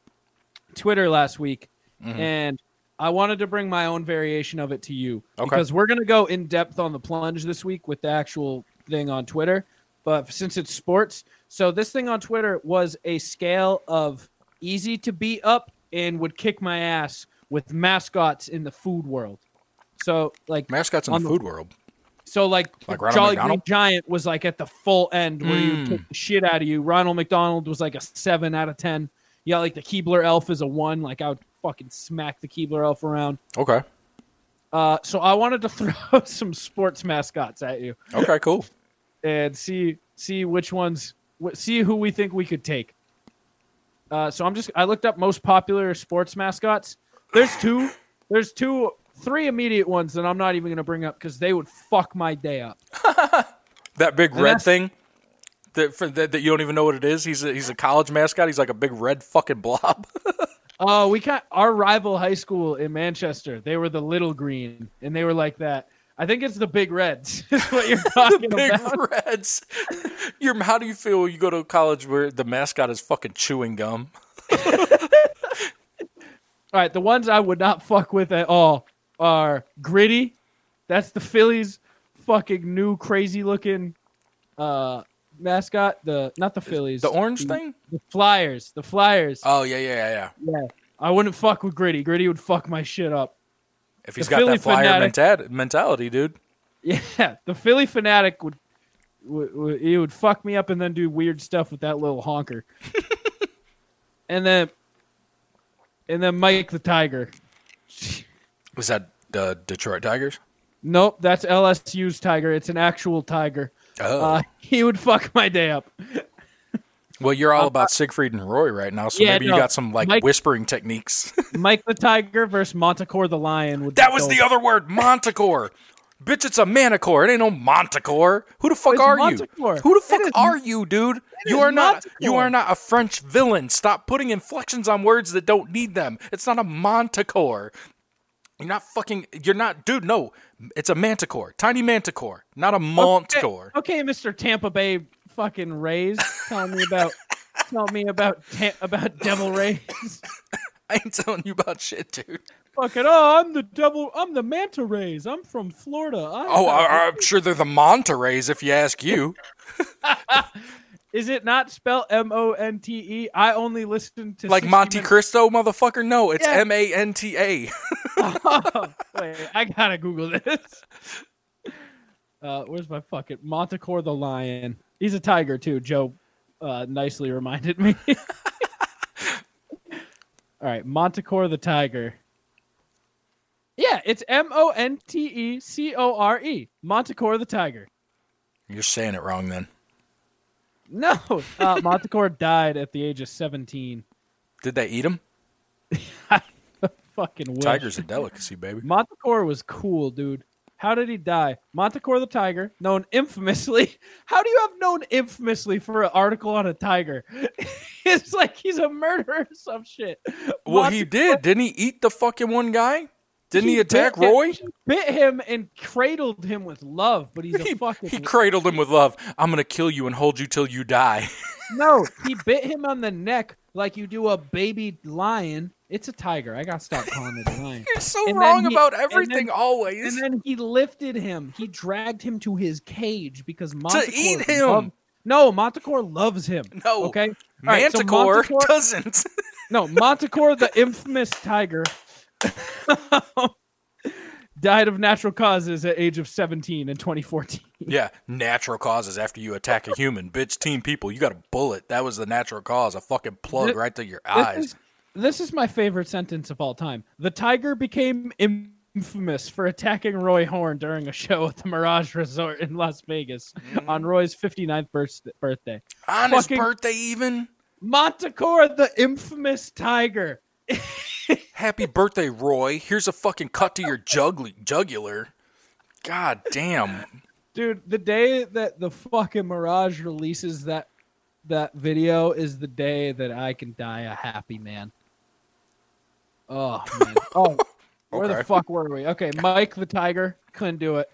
Speaker 4: Twitter last week, and I wanted to bring my own variation of it to you
Speaker 5: Okay.
Speaker 4: because we're gonna go in depth on the plunge this week with the actual thing on Twitter. But since it's sports, so this thing on Twitter was a scale of easy to beat up and would kick my ass with mascots in the food world. So like
Speaker 5: Mascots in
Speaker 4: On
Speaker 5: the
Speaker 4: the-
Speaker 5: food world.
Speaker 4: So like,
Speaker 5: Like Ronald
Speaker 4: Jolly
Speaker 5: McDonald?
Speaker 4: Green Giant was like at the full end where you took the shit out of you. Ronald McDonald was like a seven out of ten. Yeah, like the Keebler Elf is a one. Like I would fucking smack the Keebler Elf around.
Speaker 5: Okay.
Speaker 4: Uh, so I wanted to throw some sports mascots at you
Speaker 5: Okay. Cool.
Speaker 4: and see see which ones wh- see who we think we could take. Uh, so I'm just I looked up most popular sports mascots. There's two. There's two, three immediate ones that I'm not even gonna bring up because they would fuck my day up.
Speaker 5: That big red
Speaker 4: that's-
Speaker 5: thing that, for, that that you don't even know what it is. He's a, he's a college mascot. He's like a big red fucking blob.
Speaker 4: Oh, we got our rival high school in Manchester. They were the Little Green, and they were like that. I think it's the Big Reds. Is what you're talking
Speaker 5: big
Speaker 4: about?
Speaker 5: reds. Your how do you feel when you go to college where the mascot is fucking chewing gum?
Speaker 4: All right, the ones I would not fuck with at all are Gritty. That's the Phillies' fucking new crazy looking uh, mascot. The not the Phillies,
Speaker 5: The orange thing?
Speaker 4: the Flyers, the Flyers.
Speaker 5: Oh yeah, yeah, yeah, yeah.
Speaker 4: yeah, I wouldn't fuck with Gritty. Gritty would fuck my shit up.
Speaker 5: If he's
Speaker 4: The
Speaker 5: got
Speaker 4: Philly
Speaker 5: that flyer
Speaker 4: fanatic.
Speaker 5: mentat- mentality, dude.
Speaker 4: Yeah, the Philly fanatic would, would, would he would fuck me up and then do weird stuff with that little honker, and then and then Mike the Tiger.
Speaker 5: Was that the Detroit Tigers?
Speaker 4: Nope, that's LSU's tiger. It's an actual tiger.
Speaker 5: Oh,
Speaker 4: Uh, he would fuck my day up.
Speaker 5: well, you're all about Siegfried and Roy right now, so
Speaker 4: uh, yeah,
Speaker 5: maybe
Speaker 4: no,
Speaker 5: you got some like
Speaker 4: Mike-
Speaker 5: whispering techniques.
Speaker 4: Mike the Tiger versus Montecore the Lion would. be
Speaker 5: that was the
Speaker 4: dope.
Speaker 5: other word, Montecore. Bitch, it's a manicore. It ain't no Montecore. Who the fuck
Speaker 4: It's
Speaker 5: are
Speaker 4: Montecore.
Speaker 5: you? Who
Speaker 4: It
Speaker 5: the fuck
Speaker 4: is-
Speaker 5: are you, dude? You
Speaker 4: is
Speaker 5: are not. You
Speaker 4: Montecore.
Speaker 5: are not a French villain. Stop putting inflections on words that don't need them. It's not a Montecore. You're not fucking. You're not, dude. No, it's a manticore, tiny manticore, not a Montecore.
Speaker 4: Okay, Mister Tampa Bay fucking Rays, tell me about tell me about ta- about Devil Rays.
Speaker 5: I ain't telling you about shit, dude.
Speaker 4: Fucking oh, I'm the devil. I'm the manta rays. I'm from Florida. I-
Speaker 5: Oh, I, I'm sure they're the Monterey's if you ask you.
Speaker 4: is it not spelled M O N T E? I only listened to
Speaker 5: Like
Speaker 4: 60
Speaker 5: Monte
Speaker 4: minutes-
Speaker 5: Cristo, motherfucker. No, it's
Speaker 4: Yeah.
Speaker 5: M A N T A.
Speaker 4: Wait, I gotta Google this. Uh, where's my fucking Montecore the lion? He's a tiger too. Joe uh, nicely reminded me. All right, Montecore the tiger. Yeah, it's M O N T E C O R E. Montecore the tiger.
Speaker 5: You're saying it wrong then.
Speaker 4: No, uh, Montecore died at the age of 17.
Speaker 5: Did they eat him?
Speaker 4: Fucking wish.
Speaker 5: Tiger's a delicacy, baby.
Speaker 4: Montecore was cool, dude. How did he die? Montecore the tiger, known infamously. How do you have known infamously for an article on a tiger? it's like he's a murderer or some shit.
Speaker 5: Well, he
Speaker 4: Monte-
Speaker 5: did. Didn't he eat the fucking one guy? Didn't he, attack
Speaker 4: bit him-
Speaker 5: Roy?
Speaker 4: he bit him and cradled him with love, but he's a
Speaker 5: He,
Speaker 4: fucking
Speaker 5: he cradled him with love. I'm gonna kill you and hold you till you die.
Speaker 4: no. He bit him on the neck like you do a baby lion. It's a tiger. I gotta stop calling it a lion.
Speaker 5: You're so
Speaker 4: And then
Speaker 5: wrong
Speaker 4: he-
Speaker 5: about
Speaker 4: and then-
Speaker 5: everything always.
Speaker 4: And then he lifted him. He dragged him to his cage because Montecore
Speaker 5: eat him.
Speaker 4: love- no, Montecore loves him.
Speaker 5: no,
Speaker 4: okay. All right, so
Speaker 5: Manticore
Speaker 4: Montecore-
Speaker 5: doesn't.
Speaker 4: no, Montecore, the infamous tiger, died of natural causes at age of seventeen in 2014.
Speaker 5: yeah, natural causes. After you attack a human, bitch, team people, you got a bullet. That was the natural cause. A fucking plug
Speaker 4: Thi-
Speaker 5: right to your
Speaker 4: This
Speaker 5: eyes.
Speaker 4: is, this is my favorite sentence of all time. The tiger became infamous for attacking Roy Horn during a show at the Mirage Resort in Las Vegas
Speaker 5: Mm.
Speaker 4: on Roy's 59th birth- birthday.
Speaker 5: On his
Speaker 4: fucking-
Speaker 5: birthday, even.
Speaker 4: Montecore, the infamous tiger.
Speaker 5: Happy birthday, Roy. Here's a fucking cut to your jugly- jugular. God damn.
Speaker 4: Dude, the day that the fucking Mirage releases that that video is the day that I can die a happy man. Oh man. Oh where the
Speaker 5: Okay.
Speaker 4: fuck were we? Okay, Mike the Tiger couldn't do it.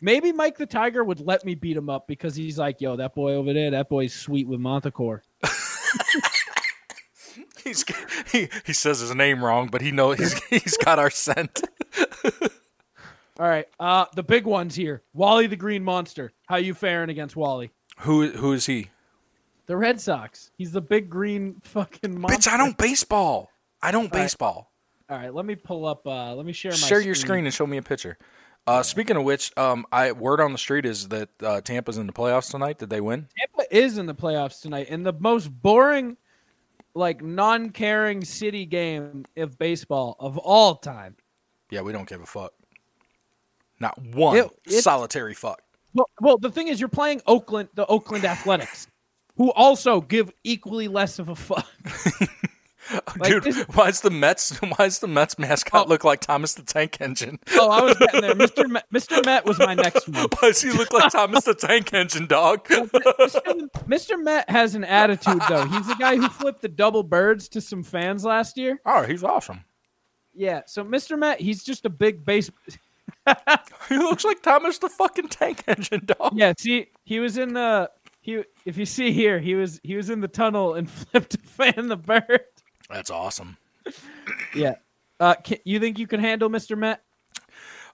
Speaker 4: Maybe Mike the Tiger would let me beat him up because he's like, yo, that boy over there, that boy's sweet with Montecore.
Speaker 5: He's, he, he says his name wrong, but he know he's he's got our scent.
Speaker 4: All right. Uh the big ones here. Wally the Green Monster. How you faring against Wally?
Speaker 5: Who who is he?
Speaker 4: The Red Sox. He's the big green fucking monster.
Speaker 5: Bitch, I don't baseball. I don't
Speaker 4: right.
Speaker 5: baseball.
Speaker 4: All right, let me pull up. Uh, let me share my
Speaker 5: Share your screen and show me a picture. Uh, speaking of which, um, I word on the street is that uh, Tampa's in the playoffs tonight. Did they win?
Speaker 4: Tampa is in the playoffs tonight, in the most boring, like non-caring city game of baseball of all time.
Speaker 5: Yeah, we don't give a fuck. Not one
Speaker 4: It- it's-
Speaker 5: solitary fuck.
Speaker 4: Well, well, the thing is, you're playing Oakland, the Oakland Athletics, who also give equally less of a fuck. Like,
Speaker 5: Oh, Dude,
Speaker 4: this-
Speaker 5: why's the Mets? Why's the Mets mascot look like Thomas the Tank Engine?
Speaker 4: Oh, I was getting there. Mr. Met, Mr. Met was my next one.
Speaker 5: Why does he look like Thomas the Tank Engine, dog?
Speaker 4: Mr. Mr. Met has an attitude though. He's the guy who flipped the double birds to some fans last year.
Speaker 5: Oh, he's awesome.
Speaker 4: Yeah, so Mr. Met, he's just a big base.
Speaker 5: He looks like Thomas the fucking Tank Engine, dog.
Speaker 4: Yeah, see, he was in the he. If you see here, he was he was in the tunnel and flipped a fan the bird.
Speaker 5: That's awesome.
Speaker 4: Yeah. Uh, can, you think you can handle Mr. Met?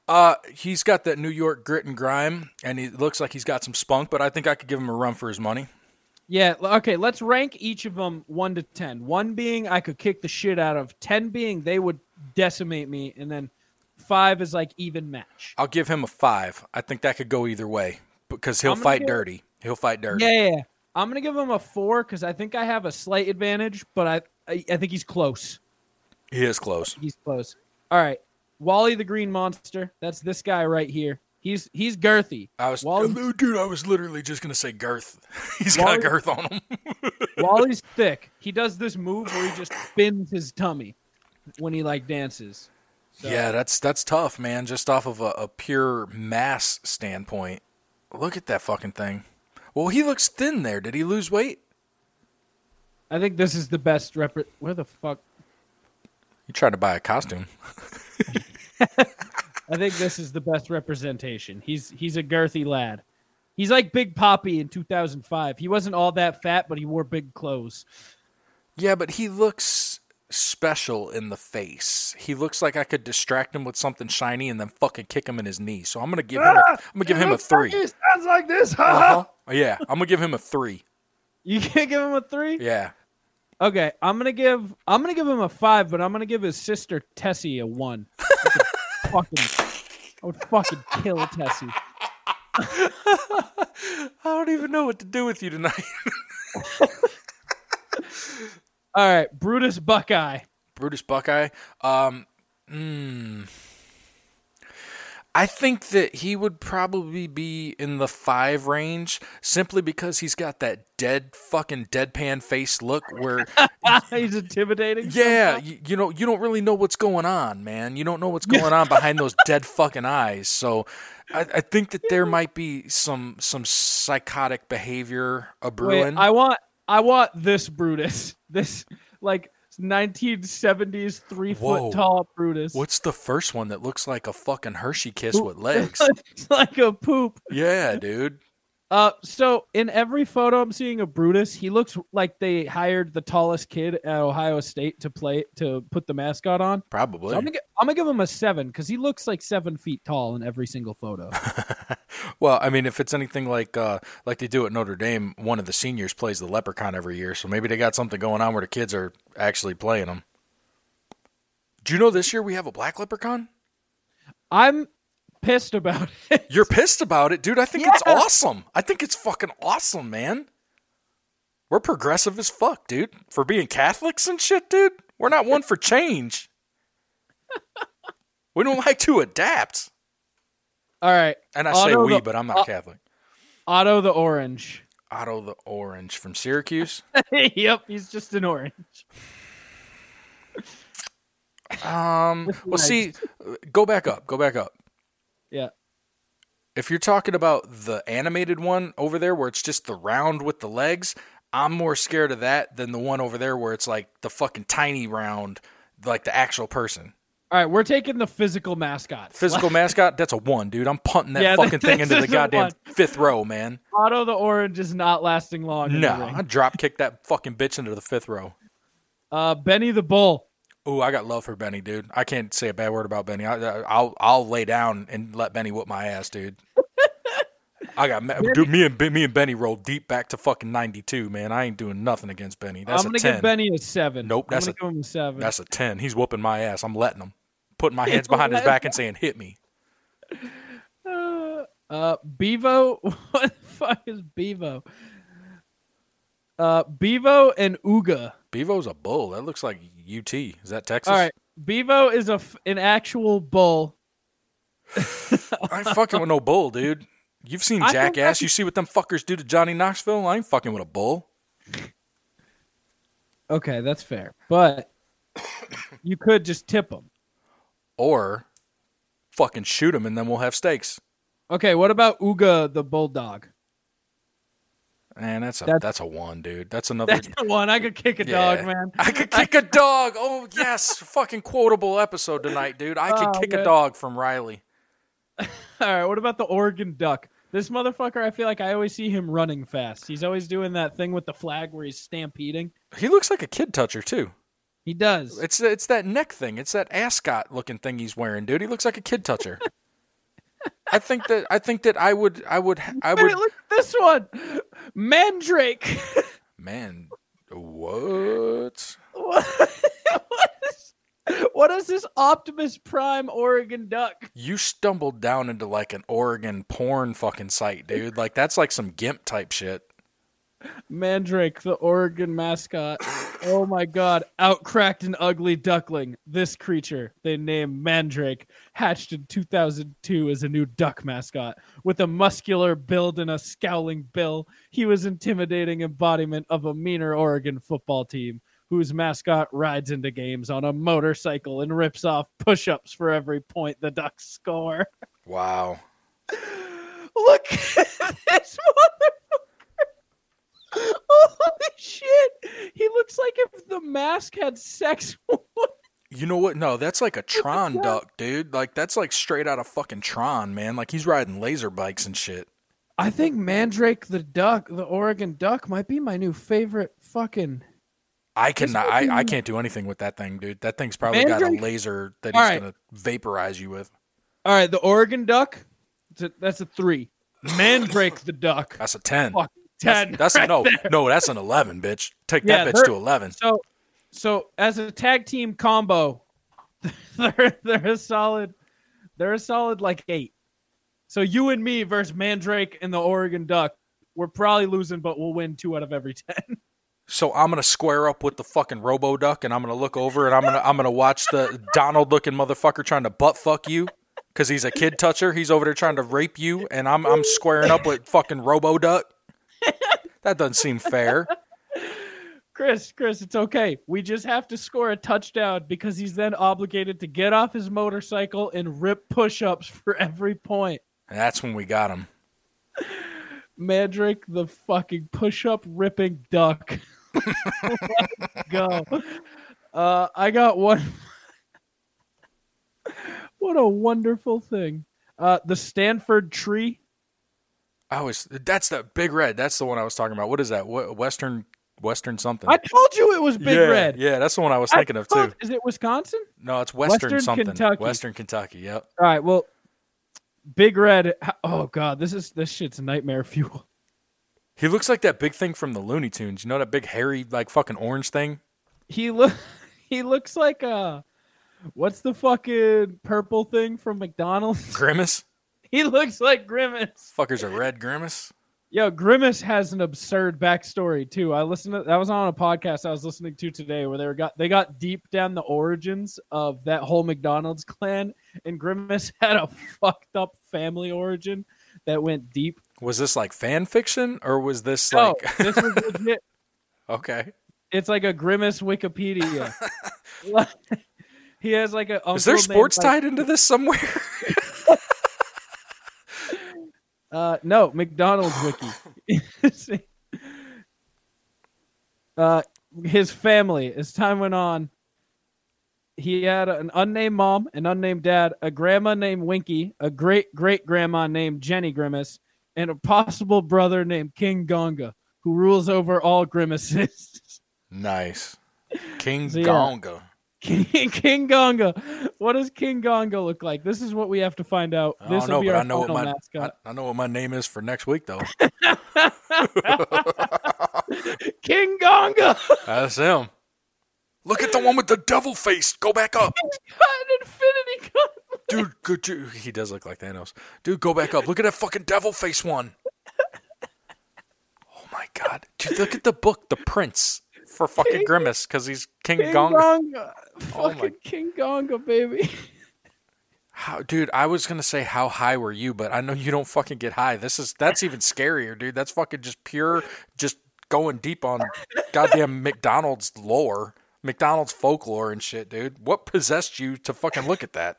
Speaker 5: Uh, he's got that New York grit and grime, and he looks like he's got some spunk. But I think I could give him a run for his money.
Speaker 4: Yeah. l- Okay. Let's rank each of them one to ten. One being I could kick the shit out of. Ten being they would decimate me, and then five is like even match.
Speaker 5: I'll give him a five. I think that could go either way because he'll
Speaker 4: I'm gonna
Speaker 5: fight
Speaker 4: give-
Speaker 5: dirty. He'll fight dirty.
Speaker 4: Yeah. yeah, yeah. I'm gonna give him a four because I think I have a slight advantage, but I I, I think he's close.
Speaker 5: He is close.
Speaker 4: He's close. All right. Wally the Green Monster. That's this guy right here. He's he's girthy.
Speaker 5: I was,
Speaker 4: Wally,
Speaker 5: dude. I was literally just gonna say girth. He's
Speaker 4: Wally-
Speaker 5: got girth on him.
Speaker 4: Wally's thick. He does this move where he just spins his tummy when he like dances.
Speaker 5: Yeah, that's that's tough, man. Just off of a, a pure mass standpoint, look at that fucking thing. Well, he looks thin there. Did he lose weight?
Speaker 4: I think this is the best rep. Where the fuck?
Speaker 5: He tried to buy a costume.
Speaker 4: I think this is the best representation. He's he's a girthy lad. He's like Big Poppy in 2005. He wasn't all that fat, but he wore big clothes.
Speaker 5: Yeah, but he looks special in the face. He looks like I could distract him with something shiny and then fucking kick him in his knee. So I'm gonna give him. A, I'm gonna give him a three. Oh,
Speaker 4: sounds like this,
Speaker 5: Yeah, I'm gonna give him a three.
Speaker 4: Uh-huh. You can't give him a three.
Speaker 5: Yeah,
Speaker 4: Okay, I'm gonna give I'm gonna give him a five, but I'm gonna give his sister Tessie a one. I would fucking, I would fucking kill Tessie.
Speaker 5: I don't even know what to do with you tonight.
Speaker 4: All right, Brutus Buckeye.
Speaker 5: Brutus Buckeye. Um, mm, I think that he would probably be in the five range simply because he's got that dead fucking deadpan face look where,
Speaker 4: He's intimidating.
Speaker 5: yeah, you, you know, you don't really know what's going on, man. You don't know what's going on behind those dead fucking eyes. So I, I think that there might be some some psychotic behavior a
Speaker 4: Wait,
Speaker 5: brewing.
Speaker 4: I want I want this Brutus. This like 1970s three
Speaker 5: Whoa.
Speaker 4: foot tall Brutus.
Speaker 5: What's the first one that looks like a fucking Hershey kiss with legs?
Speaker 4: it's like a poop.
Speaker 5: yeah, dude.
Speaker 4: Uh, so in every photo I'm seeing of Brutus, he looks like they hired the tallest kid at Ohio State to play to put the mascot on.
Speaker 5: Probably.
Speaker 4: So I'm, gonna gi- I'm gonna give him a seven because he looks like seven feet tall in every single photo.
Speaker 5: Well, I mean, if it's anything like uh, like they do at Notre Dame, one of the seniors plays the leprechaun every year, so maybe they got something going on where the kids are actually playing them. Do you know this year we have a black leprechaun?
Speaker 4: I'm pissed about it.
Speaker 5: You're pissed about it, dude. I think it's
Speaker 4: Yes.
Speaker 5: awesome. I think it's fucking awesome, man. We're progressive as fuck, dude. For being Catholics and shit, dude. We're not one for change. we don't like to adapt.
Speaker 4: All right,
Speaker 5: And I say
Speaker 4: Otto
Speaker 5: we,
Speaker 4: the-
Speaker 5: but I'm not
Speaker 4: uh,
Speaker 5: Catholic.
Speaker 4: Otto the orange.
Speaker 5: Otto the Orange from Syracuse.
Speaker 4: yep, he's just an orange.
Speaker 5: Um, well,
Speaker 4: legs.
Speaker 5: Um, see, go back up, go back up.
Speaker 4: Yeah.
Speaker 5: If you're talking about the animated one over there where it's just the round with the legs, I'm more scared of that than the one over there where it's like the fucking tiny round, like the actual person.
Speaker 4: All right, we're taking the physical mascot.
Speaker 5: Physical mascot, that's a one, dude. I'm punting that
Speaker 4: Yeah,
Speaker 5: fucking thing
Speaker 4: this
Speaker 5: into
Speaker 4: is
Speaker 5: the
Speaker 4: a
Speaker 5: goddamn
Speaker 4: one.
Speaker 5: fifth row, man.
Speaker 4: Otto the Orange is not lasting long. in the
Speaker 5: No,
Speaker 4: ring.
Speaker 5: I drop kicked that fucking bitch into the fifth row.
Speaker 4: Uh, Benny the Bull.
Speaker 5: Ooh, I got love for Benny, dude. I can't say a bad word about Benny. I, I- I'll I'll lay down and let Benny whoop my ass, dude. I got ma- dude. Me and Ben- me and Benny rolled deep back to fucking ninety two, man. I ain't doing nothing against Benny. That's
Speaker 4: I'm
Speaker 5: a
Speaker 4: gonna
Speaker 5: ten.
Speaker 4: give Benny a seven.
Speaker 5: Nope, that's
Speaker 4: I'm
Speaker 5: a-
Speaker 4: gonna give him a seven.
Speaker 5: That's a ten. He's whooping my ass. I'm letting him. Putting my hands behind his back and saying, "Hit me."
Speaker 4: Uh, Bevo, what the fuck is Bevo? Uh, Bevo and Uga.
Speaker 5: Bevo's a bull. That looks like UT. Is that Texas?
Speaker 4: All right, Bevo is a f- an actual bull.
Speaker 5: I ain't fucking with no bull, dude. You've seen
Speaker 4: I think
Speaker 5: Jackass. You see what them fuckers do to Johnny Knoxville. I ain't fucking with a bull.
Speaker 4: Okay, that's fair, but you could just tip him.
Speaker 5: Or fucking shoot him, and then we'll have steaks.
Speaker 4: Okay, what about Uga the bulldog?
Speaker 5: Man, that's a that's,
Speaker 4: That's-
Speaker 5: a one, dude. That's another.
Speaker 4: That's the one I could kick a
Speaker 5: Yeah.
Speaker 4: dog, man.
Speaker 5: I could kick a dog. Oh yes, fucking quotable episode tonight, dude. I could
Speaker 4: Oh,
Speaker 5: kick a
Speaker 4: man.
Speaker 5: dog from Riley.
Speaker 4: All right, what about the Oregon duck? This motherfucker, I feel like I always see him running fast. He's always doing that thing with the flag where he's stampeding.
Speaker 5: He looks like a kid toucher too.
Speaker 4: He does.
Speaker 5: It's it's that neck thing. It's that ascot looking thing he's wearing, dude. He looks like a kid toucher. I think that I think that I would I would I
Speaker 4: Wait,
Speaker 5: would
Speaker 4: look at this one, Mandrake.
Speaker 5: man. What?
Speaker 4: what, is, what is this Optimus Prime Oregon duck?
Speaker 5: You stumbled down into like an Oregon porn fucking site, dude. Like that's like some gimp type shit.
Speaker 4: Mandrake, the Oregon mascot. Oh my god, outcracked an ugly duckling. This creature they named Mandrake, hatched in 2002 as a new duck mascot. With a muscular build and a scowling bill, he was intimidating embodiment of a meaner Oregon football team whose mascot rides into games on a motorcycle and rips off push-ups for every point the Ducks score.
Speaker 5: Wow.
Speaker 4: Look at this motherfucker. Holy shit. He looks like if the mask had sex.
Speaker 5: You know what? No, that's like a Tron duck, dude. Like that's like straight out of fucking Tron, man. Like he's riding laser bikes and shit.
Speaker 4: I think Mandrake the duck, the Oregon duck, might be my new favorite fucking.
Speaker 5: I cannot. I, I can't do anything with that thing, dude. That thing's probably got a
Speaker 4: Mandrake-
Speaker 5: laser that
Speaker 4: All
Speaker 5: he's
Speaker 4: right.
Speaker 5: gonna vaporize you with.
Speaker 4: All right, the Oregon duck. It's a- that's a three. Mandrake the duck.
Speaker 5: That's a ten.
Speaker 4: Fuck,
Speaker 5: That's-
Speaker 4: 10.
Speaker 5: That's,
Speaker 4: right
Speaker 5: a, no,
Speaker 4: there.
Speaker 5: no. That's an eleven, bitch. Take
Speaker 4: Yeah,
Speaker 5: that bitch to
Speaker 4: they're-
Speaker 5: eleven.
Speaker 4: So, so as a tag team combo, they're they're a solid, they're a solid like eight. So you and me versus Mandrake and the Oregon Duck, we're probably losing, but we'll win two out of every ten.
Speaker 5: So I'm gonna square up with the fucking Robo Duck, and I'm gonna look over, and I'm gonna I'm gonna watch the Donald looking motherfucker trying to butt fuck you, because he's a kid toucher. He's over there trying to rape you, and I'm I'm squaring up with fucking Robo Duck. That doesn't seem fair.
Speaker 4: Chris, Chris, it's okay. We just have to score a touchdown because he's then obligated to get off his motorcycle and rip push-ups for every point.
Speaker 5: And that's when we got him.
Speaker 4: Mandrake the fucking push up ripping duck. Let's go. Uh, I got one. what a wonderful thing. Uh, the Stanford tree.
Speaker 5: I was that's the big red. That's the one I was talking about. What is that? What Western Western something?
Speaker 4: I told you it was Big
Speaker 5: yeah,
Speaker 4: Red.
Speaker 5: Yeah, that's the one I was
Speaker 4: I
Speaker 5: thinking of too.
Speaker 4: told- Is it Wisconsin?
Speaker 5: No, it's Western,
Speaker 4: Western
Speaker 5: something.
Speaker 4: Kentucky.
Speaker 5: Western Kentucky. Yep.
Speaker 4: All right. Well, Big Red. Oh God, this is this shit's nightmare fuel.
Speaker 5: He looks like that big thing from the Looney Tunes. You know that big hairy like fucking orange thing.
Speaker 4: He look. He looks like uh, what's the fucking purple thing from McDonald's?
Speaker 5: Grimace.
Speaker 4: He looks like Grimace.
Speaker 5: Fucker's a red grimace.
Speaker 4: Yo, Grimace has an absurd backstory too. I listened to that was on a podcast I was listening to today where they were got they got deep down the origins of that whole McDonald's clan, and Grimace had a fucked up family origin that went deep.
Speaker 5: Was this like fan fiction or was this
Speaker 4: No,
Speaker 5: like
Speaker 4: this was legit.
Speaker 5: okay?
Speaker 4: It's like a Grimace Wikipedia. Like, he has like a.
Speaker 5: Is there sports
Speaker 4: title?
Speaker 5: tied into this somewhere?
Speaker 4: Uh, no, McDonald's wiki. uh, his family, as time went on, he had an unnamed mom, an unnamed dad, a grandma named Winky, a great great grandma named Jenny Grimace, and a possible brother named King Gonga, who rules over all grimaces.
Speaker 5: Nice. King
Speaker 4: So, yeah.
Speaker 5: Gonga.
Speaker 4: King, King Gonga. What does King Gonga look like? This is what we have to find out.
Speaker 5: I
Speaker 4: This
Speaker 5: don't know,
Speaker 4: will be
Speaker 5: but
Speaker 4: our
Speaker 5: I know what
Speaker 4: final
Speaker 5: my I,
Speaker 4: mascot.
Speaker 5: I know what my name is for next week though.
Speaker 4: King Gonga.
Speaker 5: That's him. Look at the one with the devil face. Go back up.
Speaker 4: An infinity gun.
Speaker 5: Dude, could you he does look like Thanos. Dude, go back up. Look at that fucking devil face one. Oh my god. Dude, look at the book, The Prince, for fucking Grimace, because he's King,
Speaker 4: King
Speaker 5: Gonga.
Speaker 4: Gonga.
Speaker 5: Oh my-
Speaker 4: Fucking King Gonga, baby.
Speaker 5: How, dude, I was gonna say how high were you, but I know you don't fucking get high. This is that's even scarier, dude. That's fucking just pure, just going deep on goddamn McDonald's lore, McDonald's folklore and shit, dude. What possessed you to fucking look at that?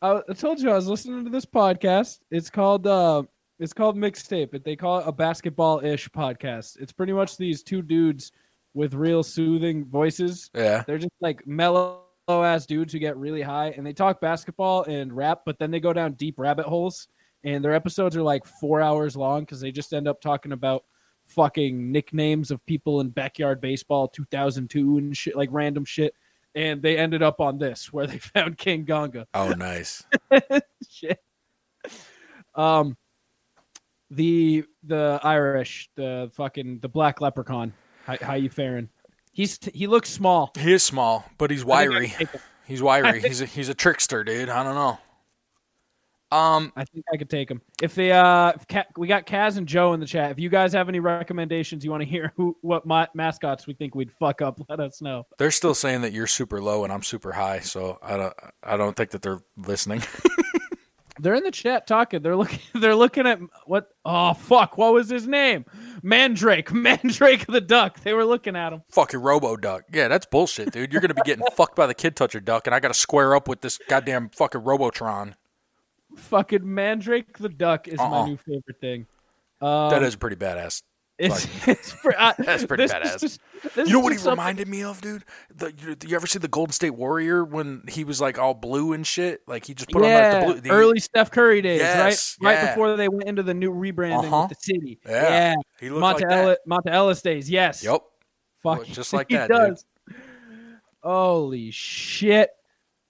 Speaker 4: I, I told you I was listening to this podcast. It's called uh, it's called mixtape. It- They call it a basketball ish podcast. It's pretty much these two dudes with real soothing voices.
Speaker 5: Yeah,
Speaker 4: They're just like mellow ass dudes who get really high and they talk basketball and rap, but then they go down deep rabbit holes. And their episodes are like four hours long because they just end up talking about fucking nicknames of people in backyard baseball 2002 and shit, like random shit. And they ended up on this where they found King Gonga
Speaker 5: Oh, nice.
Speaker 4: shit. Um, the the Irish, the fucking the black leprechaun. How, how you faring? He's t- he looks small.
Speaker 5: He is small, but he's
Speaker 4: I think I'd
Speaker 5: wiry.
Speaker 4: take him.
Speaker 5: He's wiry. He's a, he's a trickster, dude. I don't know. Um,
Speaker 4: I think I could take him. If they uh, if Ca- we got Kaz and Joe in the chat. If you guys have any recommendations, you want to hear who what my, mascots we think we'd fuck up, let us know.
Speaker 5: they're still saying that you're super low and I'm super high, so I don't I don't think that they're listening.
Speaker 4: They're in the chat talking. They're looking. They're looking at what? Oh fuck! What was his name? Mandrake. Mandrake the duck. They were looking at him.
Speaker 5: fucking robo duck. Yeah, that's bullshit, dude. You're gonna be getting fucked by the kid toucher duck, and I gotta square up with this goddamn fucking Robotron.
Speaker 4: Fucking Mandrake the duck is
Speaker 5: Uh-uh.
Speaker 4: my new favorite thing.
Speaker 5: that is pretty badass.
Speaker 4: It's,
Speaker 5: Like-
Speaker 4: it's pre- I-
Speaker 5: That's pretty
Speaker 4: this is
Speaker 5: badass.
Speaker 4: just- this
Speaker 5: You know
Speaker 4: is
Speaker 5: what he
Speaker 4: just something-
Speaker 5: reminded me of, dude? The, you, you ever see the Golden State Warrior when he was like all blue and shit? Like he just put
Speaker 4: yeah,
Speaker 5: on like the blue. The,
Speaker 4: early Steph Curry days,
Speaker 5: Yes,
Speaker 4: right?
Speaker 5: yeah.
Speaker 4: Right before they went into the new rebranding
Speaker 5: Uh-huh.
Speaker 4: with the city.
Speaker 5: Yeah,
Speaker 4: Yeah,
Speaker 5: he looked
Speaker 4: Monta
Speaker 5: like that.
Speaker 4: Ellis, Monta Ellis days. Yes.
Speaker 5: Yep.
Speaker 4: Fuck,
Speaker 5: Looked just like
Speaker 4: he
Speaker 5: that, dude.
Speaker 4: does. Holy shit!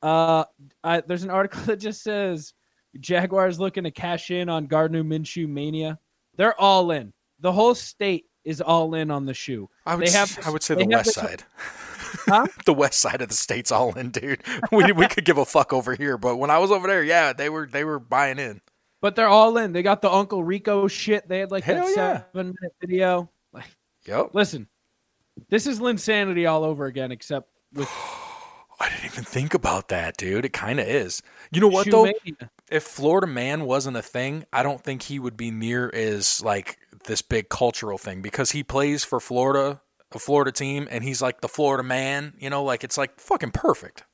Speaker 4: Uh, I, there's an article that just says Jaguars looking to cash in on Gardner Minshew mania. They're all in. The whole state is all in on the shoe.
Speaker 5: I would,
Speaker 4: They
Speaker 5: s-
Speaker 4: have-
Speaker 5: I would say
Speaker 4: they
Speaker 5: the
Speaker 4: have this-
Speaker 5: west side.
Speaker 4: Huh?
Speaker 5: the west side of the state's all in, dude. We, we could give a fuck over here, but when I was over there, yeah, they were they were buying in.
Speaker 4: But they're all in. They got the Uncle Rico shit. They had like
Speaker 5: Hell
Speaker 4: that
Speaker 5: yeah.
Speaker 4: seven minute video. Like,
Speaker 5: Yep.
Speaker 4: listen, this is Linsanity all over again, except with
Speaker 5: I didn't even think about that, dude. It kind of is. You know what
Speaker 4: Shoe
Speaker 5: though?
Speaker 4: Mania.
Speaker 5: if Florida Man wasn't a thing, I don't think he would be near as like this big cultural thing because he plays for Florida, a Florida team, and he's like the Florida man. You know, like it's like fucking perfect.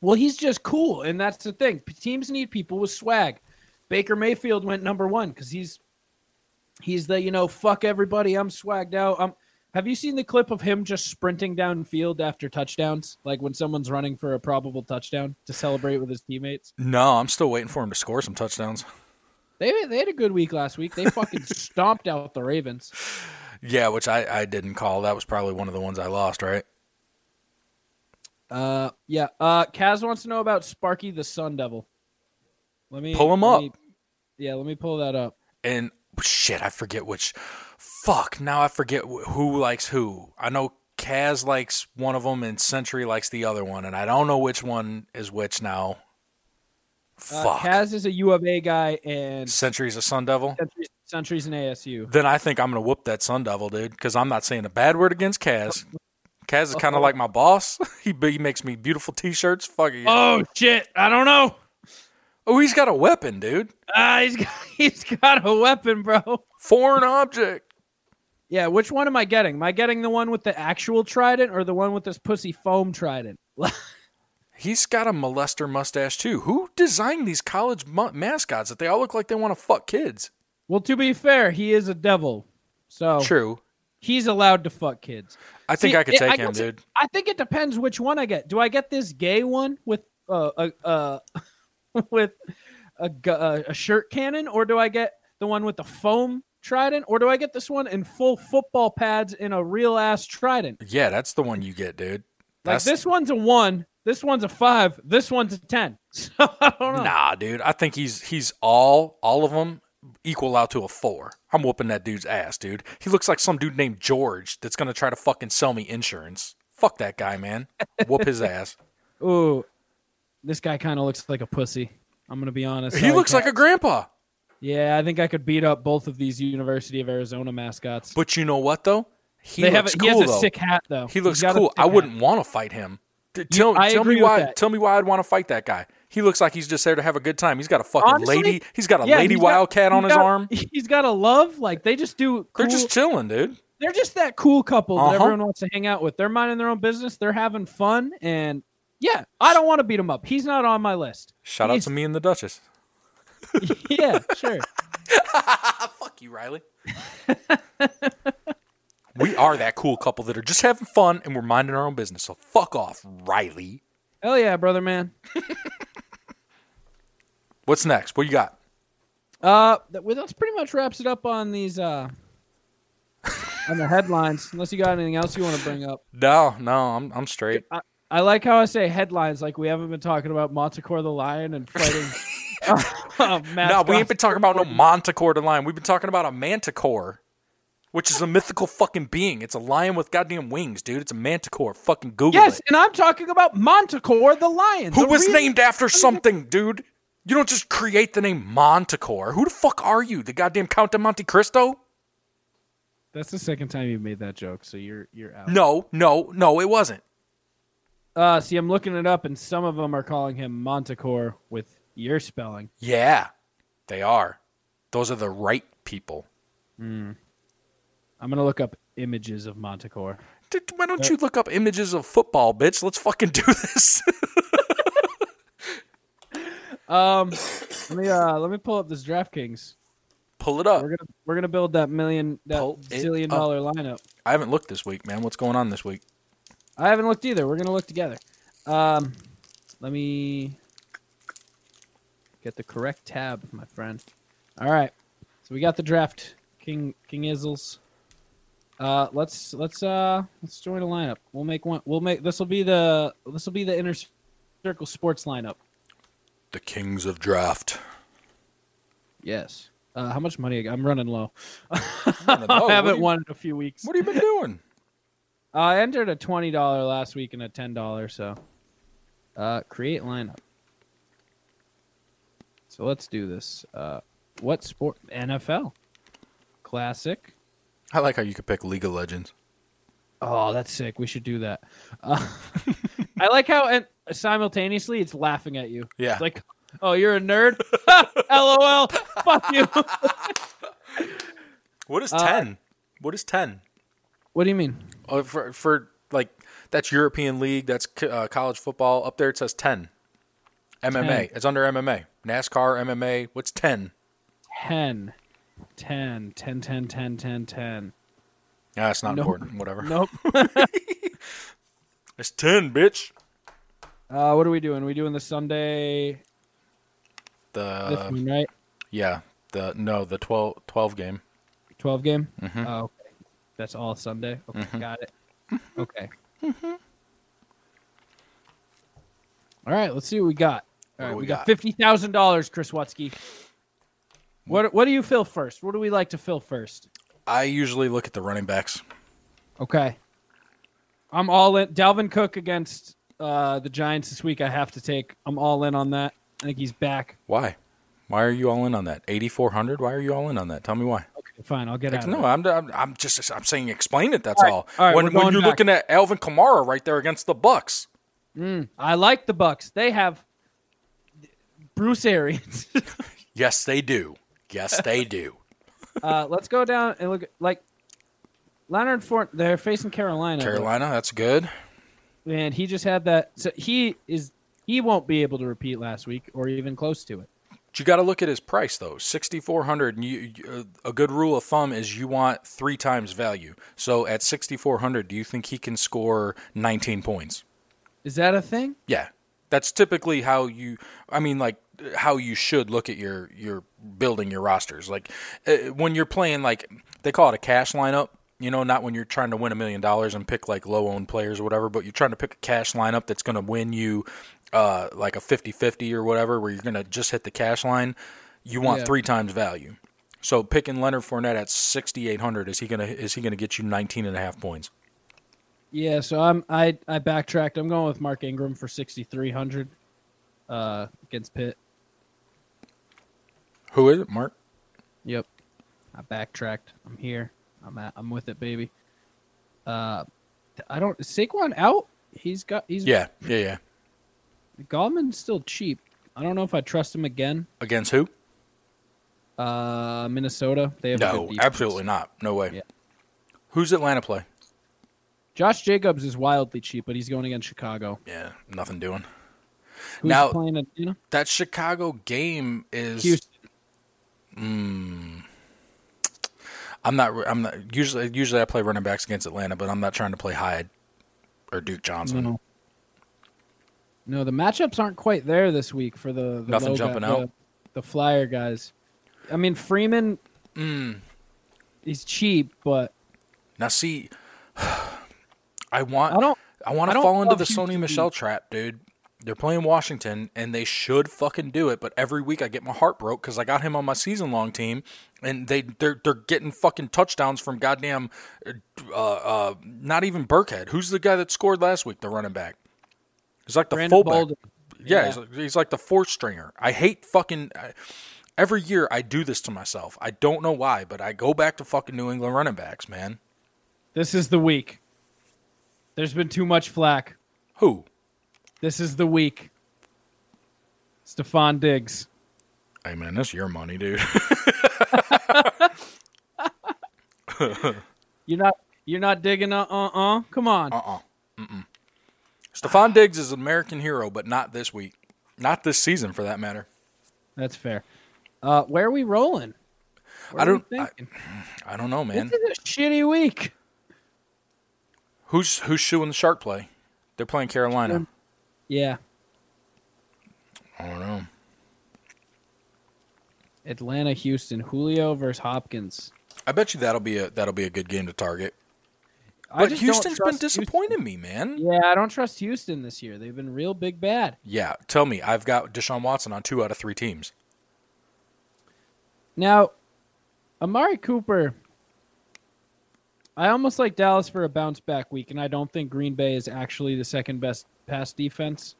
Speaker 4: Well, he's just cool, and that's the thing. P- Teams need people with swag. Baker Mayfield went number one because he's he's the you know fuck everybody. I'm swagged out. I'm. Have you seen the clip of him just sprinting downfield after touchdowns, like when someone's running for a probable touchdown to celebrate with his teammates?
Speaker 5: No, I'm still waiting for him to score some touchdowns.
Speaker 4: They they had a good week last week. They fucking stomped out the Ravens.
Speaker 5: Yeah, which I I didn't call. That was probably one of the ones I lost. Right?
Speaker 4: Uh, yeah. Uh, Kaz wants to know about Sparky the Sun Devil. Let me
Speaker 5: Pull him
Speaker 4: let
Speaker 5: up.
Speaker 4: me- yeah, let me pull that up.
Speaker 5: And shit, I forget which. Fuck. Now I forget wh- who likes who. I know. Kaz likes one of them and Century likes the other one, and I don't know which one is which now.
Speaker 4: Uh,
Speaker 5: Fuck.
Speaker 4: Kaz is a U of A guy, and
Speaker 5: Century's a Sun Devil.
Speaker 4: Century's, Century's an ASU.
Speaker 5: Then I think I'm gonna whoop that Sun Devil, dude. Because I'm not saying a bad word against Kaz. Kaz is
Speaker 4: Uh-huh.
Speaker 5: kind of like my boss. he he makes me beautiful T-shirts. Fuck it. Oh,
Speaker 4: Oh shit! I don't know.
Speaker 5: he's got a weapon, dude.
Speaker 4: Ah, he's got, he's got a weapon, bro.
Speaker 5: Foreign object.
Speaker 4: Yeah, which one am I getting? Am I getting the one with the actual trident or the one with this pussy foam trident?
Speaker 5: He's got a molester mustache too. Who designed these college mu- mascots that they all look like they want to fuck kids?
Speaker 4: Well, to be fair, he is a devil, so
Speaker 5: True.
Speaker 4: he's allowed to fuck kids.
Speaker 5: I think
Speaker 4: Oh. See,
Speaker 5: I could
Speaker 4: it-
Speaker 5: take him,
Speaker 4: guess it-
Speaker 5: dude.
Speaker 4: I think it depends which one I get. Do I get this gay one with uh, a uh, with a, gu- uh, a shirt cannon, or do I get the one with the foam trident, or do I get this one in full football pads in a real ass trident?
Speaker 5: Yeah, that's the one you get, dude.
Speaker 4: Like
Speaker 5: That's
Speaker 4: this one's a one, this one's a five, this one's a ten. So I don't know.
Speaker 5: Nah, dude. I think he's he's all all of them equal out to a four. I'm whooping that dude's ass, dude. He looks like some dude named George that's gonna try to fucking sell me insurance. Fuck that guy, man. Whoop his ass.
Speaker 4: Ooh, this guy kind of looks like a pussy. I'm gonna be honest.
Speaker 5: He
Speaker 4: I
Speaker 5: looks
Speaker 4: can't-
Speaker 5: like a grandpa.
Speaker 4: yeah. I think I could beat up both of these University of Arizona mascots.
Speaker 5: But you know what though? He
Speaker 4: they have a,
Speaker 5: looks
Speaker 4: he has
Speaker 5: cool
Speaker 4: a
Speaker 5: though.
Speaker 4: sick hat though.
Speaker 5: He
Speaker 4: He's
Speaker 5: looks
Speaker 4: got a
Speaker 5: cool.
Speaker 4: sick
Speaker 5: I
Speaker 4: hat.
Speaker 5: wouldn't want to fight him. D- Tell,
Speaker 4: I
Speaker 5: tell me
Speaker 4: agree with
Speaker 5: why.
Speaker 4: that.
Speaker 5: Tell me why I'd want to fight that guy. He looks like he's just there to have a good time. He's got a fucking
Speaker 4: Honestly,
Speaker 5: lady. He's got a
Speaker 4: Yeah,
Speaker 5: lady
Speaker 4: he's got-
Speaker 5: wildcat on
Speaker 4: he's
Speaker 5: his
Speaker 4: got-
Speaker 5: arm.
Speaker 4: He's got a love. Like they just do. Cool,
Speaker 5: They're just chilling, dude.
Speaker 4: they're just that cool couple
Speaker 5: Uh-huh.
Speaker 4: that everyone wants to hang out with. They're minding their own business. They're having fun, and yeah, I don't want to beat him up. He's not on my list.
Speaker 5: Shout out
Speaker 4: He's-
Speaker 5: to me and the Duchess.
Speaker 4: yeah, sure.
Speaker 5: Fuck you, Riley. we are that cool couple that are just having fun and we're minding our own business. So fuck off, Riley.
Speaker 4: Hell yeah, brother man.
Speaker 5: What's next? What you got?
Speaker 4: Uh, that, well, that's pretty much wraps it up on these uh on the headlines. Unless you got anything else you want to bring up.
Speaker 5: No, no, I'm I'm straight.
Speaker 4: I like how I say headlines. Like we haven't been talking about Montecore the lion and fighting. uh,
Speaker 5: No, we ain't been talking about no manticore to lion. We've been talking about a manticore, which is a mythical fucking being. It's a lion with goddamn wings, dude. It's a manticore. Fucking Google
Speaker 4: Yes,
Speaker 5: it.
Speaker 4: and I'm talking about Montecore the lion.
Speaker 5: Who
Speaker 4: the
Speaker 5: was
Speaker 4: real-
Speaker 5: named after something, dude? You don't just create the name Manticore. Who the fuck are you? The goddamn Count of Monte Cristo?
Speaker 4: That's the second time you've made that joke, so you're you're out.
Speaker 5: No, no, no, it wasn't.
Speaker 4: Uh, see, I'm looking it up, and some of them are calling him Montecore with your spelling.
Speaker 5: Yeah, they are. Those are the right people.
Speaker 4: I'm gonna look up images of Montecore.
Speaker 5: Dude, why don't you look up images of football, bitch? Let's fucking do this.
Speaker 4: Um, Let me uh, let me pull up this DraftKings.
Speaker 5: Pull it up.
Speaker 4: We're gonna we're gonna build that million that
Speaker 5: Pull it
Speaker 4: zillion
Speaker 5: up.
Speaker 4: dollar lineup.
Speaker 5: I haven't looked this week, man. What's going on this week?
Speaker 4: I haven't looked either. We're gonna look together. Um, let me get the correct tab, my friend. All right, so we got the draft, King King Izzles. Uh, let's let's uh let's join a lineup. We'll make one. We'll make this will be the this will be the inner circle sports lineup.
Speaker 5: The Kings of Draft.
Speaker 4: Yes. Uh, how much money? I got? I'm running low.
Speaker 5: Oh,
Speaker 4: I
Speaker 5: what
Speaker 4: haven't
Speaker 5: do you-
Speaker 4: won in a few weeks.
Speaker 5: What have you been doing?
Speaker 4: Uh, I entered a twenty dollar last week and a ten dollar. So, uh, create lineup. So let's do this. Uh, what sport? NFL, classic.
Speaker 5: I like how you could pick League of Legends.
Speaker 4: Oh, that's sick. We should do that. Uh, I like how and simultaneously it's laughing at you.
Speaker 5: Yeah.
Speaker 4: It's like, oh, you're a nerd. LOL. Fuck you.
Speaker 5: What is 10? What is 10?
Speaker 4: what do you mean?
Speaker 5: Uh, for, for, like, that's European League, that's c- uh, college football. Up there it says 10. MMA.
Speaker 4: 10.
Speaker 5: It's under MMA. NASCAR, MMA. What's 10?
Speaker 4: 10, 10, 10, 10, 10, 10, 10.
Speaker 5: Ah, it's not
Speaker 4: No.
Speaker 5: important. Whatever.
Speaker 4: Nope.
Speaker 5: It's 10, bitch.
Speaker 4: Uh, what are we doing? We doing the Sunday this
Speaker 5: The,
Speaker 4: one, right?
Speaker 5: yeah. The, no, the 12, 12 game.
Speaker 4: 12 game?
Speaker 5: Mm-hmm.
Speaker 4: Oh, okay. That's all Sunday? Okay, got it.
Speaker 5: Mm-hmm.
Speaker 4: Okay. All right, let's see what we got. All right,
Speaker 5: do
Speaker 4: we,
Speaker 5: we
Speaker 4: got,
Speaker 5: got?
Speaker 4: $50,000, Chris Watsky.
Speaker 5: Mm.
Speaker 4: What, what do you fill first? What do we like to fill first?
Speaker 5: I usually look at the running backs.
Speaker 4: Okay. I'm all in. Dalvin Cook against uh, the Giants this week, I have to take. I'm all in on that. I think he's back.
Speaker 5: Why? Why are you all in on that? 8,400? Why are you all in on that? Tell me why.
Speaker 4: Okay, fine, I'll get out.
Speaker 5: Ex-
Speaker 4: of it.
Speaker 5: no, I'm, I'm I'm just I'm saying explain it. That's
Speaker 4: All right,
Speaker 5: all.
Speaker 4: all right,
Speaker 5: when
Speaker 4: we're
Speaker 5: when
Speaker 4: going
Speaker 5: you're
Speaker 4: back.
Speaker 5: looking at Alvin Kamara right there against the Bucks,
Speaker 4: I like the Bucks. They have Bruce Arians.
Speaker 5: yes they do. Yes they do.
Speaker 4: uh, let's go down and look at, like Leonard Fort. They're facing Carolina,
Speaker 5: Carolina, that's good.
Speaker 4: and he just had that. So he is He won't be able to repeat last week or even close to it.
Speaker 5: But you got to look at his price though, sixty four hundred. And you, you, a good rule of thumb is you want three times value. So at sixty four hundred, do you think he can score nineteen points?
Speaker 4: Is that a thing?
Speaker 5: Yeah, that's typically how you. I mean, like how you should look at your your building your rosters. Like uh, when you're playing, like they call it a cash lineup. You know, not when you're trying to win a million dollars and pick like low owned players or whatever, but you're trying to pick a cash lineup that's going to win you uh, like a 50 50 or whatever, where you're going to just hit the cash line. You want
Speaker 4: Yeah.
Speaker 5: three times value. So picking Leonard Fournette at 6,800 is he going to is he going to get you 19 and a half points?
Speaker 4: Yeah, so I'm I I backtracked. I'm going with Mark Ingram for 6300 uh against Pitt.
Speaker 5: Who is it, Mark?
Speaker 4: Yep. I backtracked. I'm here. I'm at, I'm with it, baby. Uh I don't Saquon out? He's got he's
Speaker 5: Yeah, yeah, yeah.
Speaker 4: Gallman's still cheap. I don't know if I trust him again.
Speaker 5: Against who?
Speaker 4: Uh Minnesota, they have a good
Speaker 5: No,
Speaker 4: defense.
Speaker 5: absolutely not. No way.
Speaker 4: Yeah.
Speaker 5: Who's Atlanta play?
Speaker 4: Josh Jacobs is wildly cheap, but he's going against Chicago.
Speaker 5: Yeah, nothing doing.
Speaker 4: Who's
Speaker 5: Now-
Speaker 4: playing Atlanta?
Speaker 5: That Chicago game is.
Speaker 4: Houston.
Speaker 5: I'm not. I'm not. Usually, usually I play running backs against Atlanta, but I'm not trying to play Hyde or Duke Johnson.
Speaker 4: No. No, the matchups aren't quite there this week for the, the
Speaker 5: Nothing
Speaker 4: low guy-
Speaker 5: jumping out?
Speaker 4: The, the flyer guys. I mean Freeman.
Speaker 5: Hmm.
Speaker 4: He's cheap, but
Speaker 5: Now see, I
Speaker 4: I
Speaker 5: want.
Speaker 4: don't.
Speaker 5: I want
Speaker 4: I
Speaker 5: to
Speaker 4: don't
Speaker 5: fall into
Speaker 4: love
Speaker 5: the
Speaker 4: Houston
Speaker 5: Sony
Speaker 4: either.
Speaker 5: Michelle trap, dude. They're playing Washington, and they should fucking do it. But every week I get my heart broke because I got him on my season long team, and they they're they're getting fucking touchdowns from goddamn, uh, uh, not even Burkhead. Who's the guy that scored last week? The running back. He's like the
Speaker 4: Brandon
Speaker 5: fullback.
Speaker 4: Bolden.
Speaker 5: Yeah,
Speaker 4: Yeah.
Speaker 5: He's, like, he's like the fourth stringer. I hate fucking. I, every year I do this to myself. I don't know why, but I go back to fucking New England running backs, man.
Speaker 4: This is the week. There's been too much flack.
Speaker 5: Who?
Speaker 4: This is the week. Stephon Diggs.
Speaker 5: Hey man, that's your money, dude.
Speaker 4: You're not. You're not digging. Uh. Uh. uh. Come on.
Speaker 5: Stephon Diggs is an American hero, but not this week, not this season for that matter.
Speaker 4: That's fair. Uh, where are we rolling? What
Speaker 5: I
Speaker 4: are we
Speaker 5: don't. I,
Speaker 4: thinking?
Speaker 5: I don't know, man.
Speaker 4: this is a shitty week.
Speaker 5: Who's who's shooing the shark play? They're playing Carolina.
Speaker 4: Mm-hmm. Yeah.
Speaker 5: I don't know.
Speaker 4: Atlanta, Houston, Julio versus Hopkins.
Speaker 5: I bet you that'll be a that'll be a good game to target.
Speaker 4: I
Speaker 5: But
Speaker 4: just don't
Speaker 5: Houston's been
Speaker 4: trust
Speaker 5: disappointing me, man.
Speaker 4: Houston. Yeah, I don't trust Houston this year. They've been real big bad.
Speaker 5: Yeah, tell me, I've got Deshaun Watson on two out of three teams.
Speaker 4: Now, Amari Cooper. I almost like Dallas for a bounce back week, and I don't think Green Bay is actually the second best pass defense.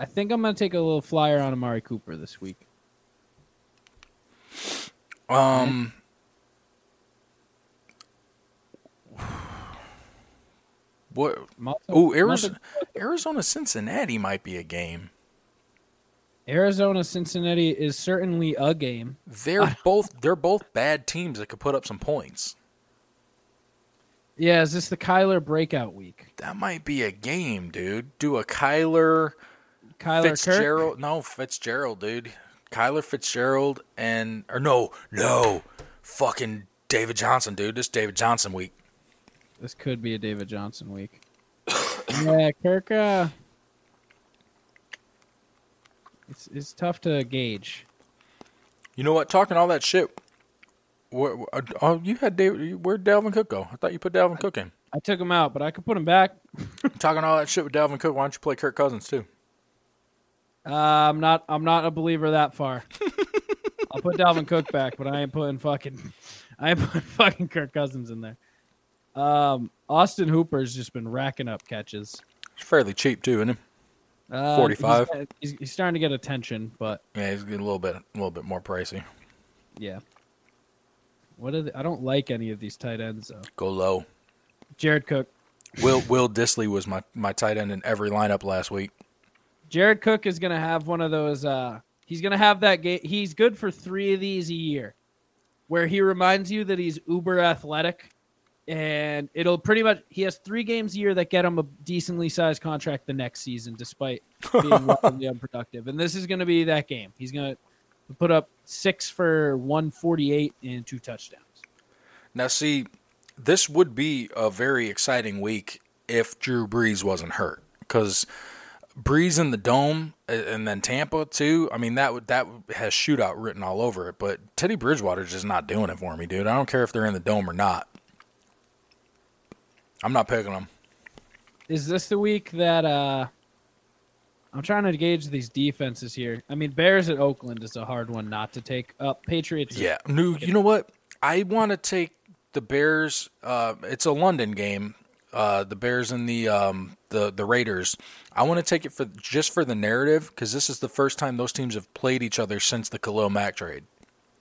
Speaker 4: I think I'm going to take a little flyer on Amari Cooper this week.
Speaker 5: Um,
Speaker 4: Mm-hmm.
Speaker 5: what?
Speaker 4: I'm also-
Speaker 5: Oh,
Speaker 4: I'm
Speaker 5: Arizona,
Speaker 4: also-
Speaker 5: Arizona, Cincinnati might be a game.
Speaker 4: Arizona Cincinnati is certainly a game.
Speaker 5: They're both they're both bad teams that could put up some points.
Speaker 4: Yeah, is this the Kyler breakout week?
Speaker 5: That might be a game, dude. Do a Kyler,
Speaker 4: Kyler Kirk?
Speaker 5: Fitzgerald? No, Fitzgerald, dude. Kyler Fitzgerald and or no, no, fucking David Johnson, dude. This David Johnson week.
Speaker 4: This could be a David Johnson week. yeah, Kirk. Uh, it's it's tough to gauge.
Speaker 5: You know what? Talking all that shit. Where, where- oh, you had David. you- Where'd Dalvin Cook go? I thought you put Dalvin Cook in.
Speaker 4: I took him out, but I could put him back.
Speaker 5: Talking all that shit with Dalvin Cook. Why don't you play Kirk Cousins too?
Speaker 4: Uh, I'm not I'm not a believer that far. I'll put Dalvin Cook back, but I ain't putting fucking I ain't putting fucking Kirk Cousins in there. Um, Austin Hooper's just been racking up catches.
Speaker 5: It's fairly cheap too, isn't it?
Speaker 4: Uh, he's
Speaker 5: 45.
Speaker 4: got- He's, he's starting to get attention, but
Speaker 5: Yeah, he's getting a little bit, a little bit more pricey.
Speaker 4: yeah. What are the, I don't like any of these tight ends though.
Speaker 5: Go low.
Speaker 4: Jared Cook.
Speaker 5: Will Will Disley was my my tight end in every lineup last week.
Speaker 4: Jared Cook is going to have one of those. Uh, he's going to have that game. He's good for three of these a year, where he reminds you that he's uber athletic, and it'll pretty much he has three games a year that get him a decently sized contract the next season, despite being wildly unproductive. And this is going to be that game. He's going to put up six for one forty eight and two touchdowns.
Speaker 5: Now, see, this would be a very exciting week if Drew Brees wasn't hurt, because Brees in the dome a- and then Tampa too. I mean, that would that has shootout written all over it. But Teddy Bridgewater's just not doing it for me, dude. I don't care if they're in the dome or not. I'm not picking them.
Speaker 4: Is this the week that uh I'm trying to gauge these defenses here. I mean, Bears at Oakland is a hard one not to take up. Patriots,
Speaker 5: Yeah. New, you know what? I want to take the Bears. Uh, it's a London game. Uh, the Bears and the um, the the Raiders. I want to take it for just for the narrative because this is the first time those teams have played each other since the Khalil Mack trade,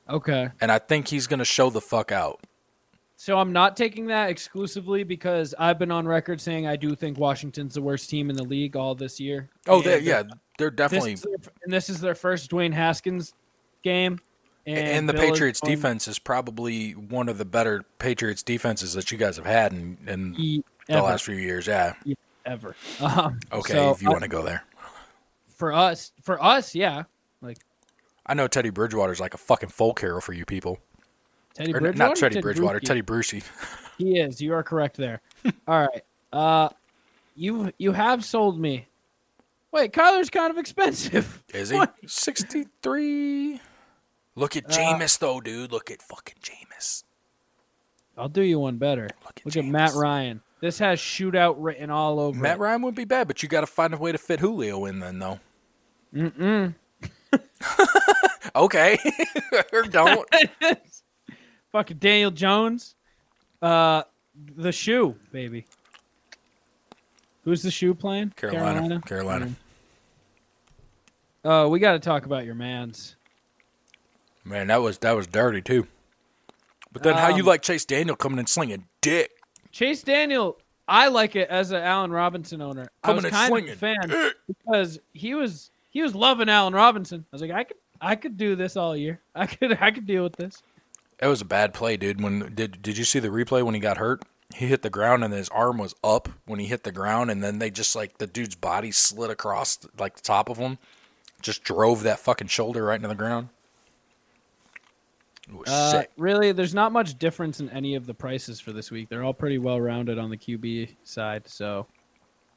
Speaker 4: Okay.
Speaker 5: and I think he's going to show the fuck out.
Speaker 4: So I'm not taking that exclusively because I've been on record saying I do think Washington's the worst team in the league all this year.
Speaker 5: Oh,
Speaker 4: And
Speaker 5: they, yeah, they're
Speaker 4: This
Speaker 5: definitely.
Speaker 4: is their, and this is their first Dwayne Haskins game. And,
Speaker 5: and, the
Speaker 4: Bill is
Speaker 5: Patriots
Speaker 4: going-
Speaker 5: defense is probably one of the better Patriots defenses that you guys have had in, in
Speaker 4: He-
Speaker 5: the
Speaker 4: ever,
Speaker 5: last few years. Yeah.
Speaker 4: ever. Um,
Speaker 5: Okay,
Speaker 4: so
Speaker 5: if you
Speaker 4: I-
Speaker 5: want to go there.
Speaker 4: for us, for us, yeah, like
Speaker 5: I know Teddy Bridgewater's like a fucking folk hero for you people.
Speaker 4: Teddy
Speaker 5: Or
Speaker 4: Bridgewater,
Speaker 5: not Teddy Bridgewater,
Speaker 4: Bruschi.
Speaker 5: Teddy Brucey.
Speaker 4: He is. You are correct there. All right. Uh, you you have sold me. Wait, Kyler's kind of expensive.
Speaker 5: Is he?
Speaker 4: What? Uh,
Speaker 5: 63. Look at Jameis, though, dude. Look at fucking Jameis.
Speaker 4: I'll do you one better.
Speaker 5: Look
Speaker 4: Look
Speaker 5: at
Speaker 4: at, Matt
Speaker 5: James.
Speaker 4: Ryan. This has shootout written all over.
Speaker 5: Matt
Speaker 4: it.
Speaker 5: Ryan would be bad, but you got to find a way to fit Julio in then, though. Mm-mm. okay. or don't.
Speaker 4: Fucking Daniel Jones. Uh, the shoe, baby. Who's the shoe playing?
Speaker 5: Carolina.
Speaker 4: Mm.
Speaker 5: Carolina.
Speaker 4: Oh, we got to talk about your man's.
Speaker 5: Man, that was that was dirty, too. But then how you
Speaker 4: Um,
Speaker 5: like Chase Daniel coming and slinging dick?
Speaker 4: Chase Daniel, I like it as an Allen Robinson owner.
Speaker 5: Coming
Speaker 4: I was
Speaker 5: and
Speaker 4: kind
Speaker 5: swinging. Eh.
Speaker 4: of a fan because he was he was loving Allen Robinson. I was like, I could I could do this all year. I could I could deal with this.
Speaker 5: It was a bad play, dude. When did did you see the replay when he got hurt? He hit the ground and his arm was up when he hit the ground, and then they just like the dude's body slid across like the top of him, just drove that fucking shoulder right into the ground. It was
Speaker 4: Uh,
Speaker 5: sick.
Speaker 4: really, there's not much difference in any of the prices for this week. They're all pretty well rounded on the QB side, so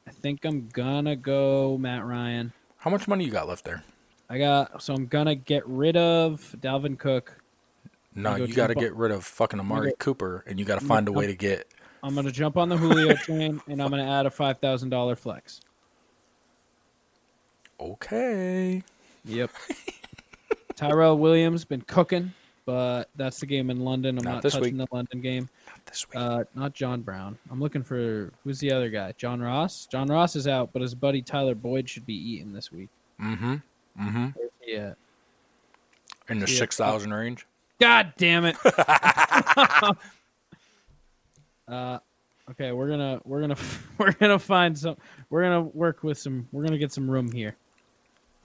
Speaker 4: I think I'm gonna go Matt Ryan.
Speaker 5: How much money you got left there?
Speaker 4: I got so I'm gonna get rid of Dalvin Cook.
Speaker 5: No,
Speaker 4: go
Speaker 5: you got to
Speaker 4: jump
Speaker 5: get rid of fucking Amari
Speaker 4: go-
Speaker 5: Cooper, and you got to find a way to get.
Speaker 4: I'm gonna jump on the Julio train and I'm gonna add a five thousand dollar flex.
Speaker 5: Okay,
Speaker 4: Yep. Tyrell Williams been cooking, but that's the game in London. I'm
Speaker 5: Not
Speaker 4: not,
Speaker 5: this
Speaker 4: touching
Speaker 5: week.
Speaker 4: the London game.
Speaker 5: this week.
Speaker 4: Uh, not John Brown. I'm looking for who's the other guy? John Ross. John Ross is out, but his buddy Tyler Boyd should be eating this week.
Speaker 5: mm-hmm. Mm-hmm.
Speaker 4: Yeah.
Speaker 5: In the
Speaker 4: yeah.
Speaker 5: six thousand range.
Speaker 4: God damn it. uh, okay, we're gonna we're gonna we're gonna find some. We're gonna work with some. We're gonna get some room here.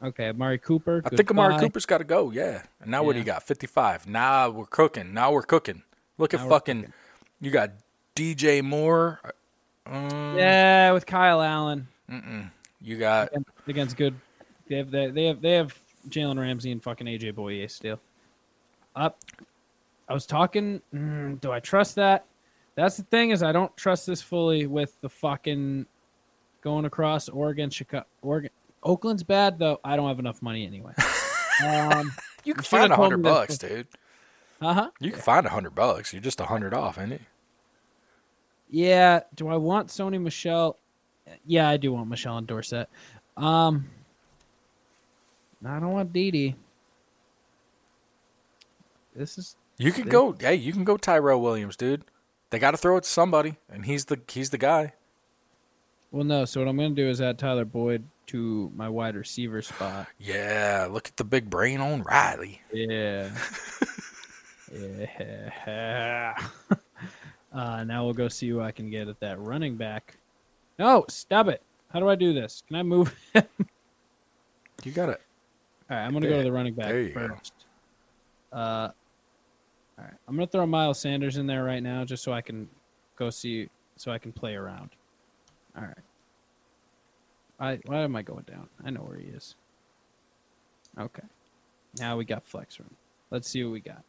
Speaker 4: Okay, Amari Cooper.
Speaker 5: I think Amari
Speaker 4: goodbye.
Speaker 5: Cooper's got to go. Yeah. And now what do you
Speaker 4: Yeah.
Speaker 5: got? Fifty five. Now we're cooking. Now we're cooking. Look
Speaker 4: Now
Speaker 5: at
Speaker 4: we're
Speaker 5: fucking. You got DJ Moore. Mm,
Speaker 4: Yeah, with Kyle Allen.
Speaker 5: You got
Speaker 4: against- against good. They have they, they have they have Jalen Ramsey and fucking AJ Boye still. Up, I was talking. mm, do I trust that? That's the thing is I don't trust this fully with the fucking going across Oregon, Chicago, Oregon, Oakland's bad though. I don't have enough money anyway. um,
Speaker 5: you can
Speaker 4: should've
Speaker 5: find a
Speaker 4: told
Speaker 5: hundred
Speaker 4: me that.
Speaker 5: bucks, dude.
Speaker 4: uh huh.
Speaker 5: You can find a hundred bucks. You're just a hundred off, ain't it?
Speaker 4: Yeah. Do I want Sony Michelle? Yeah, I do want Michelle and Dorset. Um, I don't want Didi. This is
Speaker 5: You could go. Hey, you can go Tyrell Williams, dude. They got to throw it to somebody, and he's the he's the guy.
Speaker 4: well, no. So what I'm going to do is add Tyler Boyd to my wide receiver spot.
Speaker 5: Yeah. Look at the big brain on Riley.
Speaker 4: Yeah. yeah. Uh, now we'll go see who I can get at that running back. No, stop it. How do I do this? Can I move? All
Speaker 5: You got it.
Speaker 4: right, I'm going to go to the running back
Speaker 5: There you go.
Speaker 4: first. Uh, all right, I'm going to throw Miles Sanders in there right now just so I can go see so I can play around. All right. I why am I going down? I know where he is. Okay. Now we got flex room. Let's see what we got.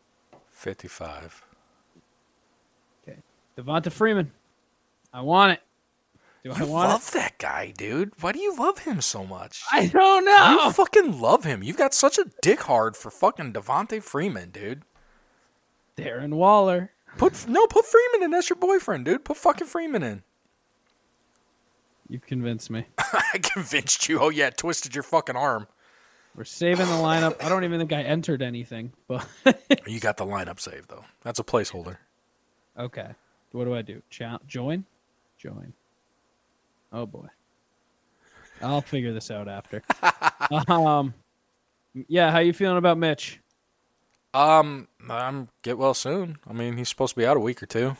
Speaker 5: 55.
Speaker 4: Okay. Devonta Freeman. I want it. Do I
Speaker 5: You
Speaker 4: want
Speaker 5: love
Speaker 4: it?
Speaker 5: that guy, dude. Why do you love him so much?
Speaker 4: I don't know.
Speaker 5: You fucking love him. You've got such a dick hard for fucking Devontae Freeman, dude.
Speaker 4: Darren Waller.
Speaker 5: Put no, put Freeman in. That's your boyfriend, dude. Put fucking Freeman in.
Speaker 4: You've convinced me.
Speaker 5: I convinced you. Oh yeah, twisted your fucking arm.
Speaker 4: We're saving the lineup. I don't even think I entered anything, but
Speaker 5: You got the lineup saved though. That's a placeholder.
Speaker 4: okay. What do I do? Cho- join? Join. Oh boy. I'll figure this out after. um yeah, how you feeling about Mitch?
Speaker 5: Um, I'm get well soon. I mean, he's supposed to be out a week or two.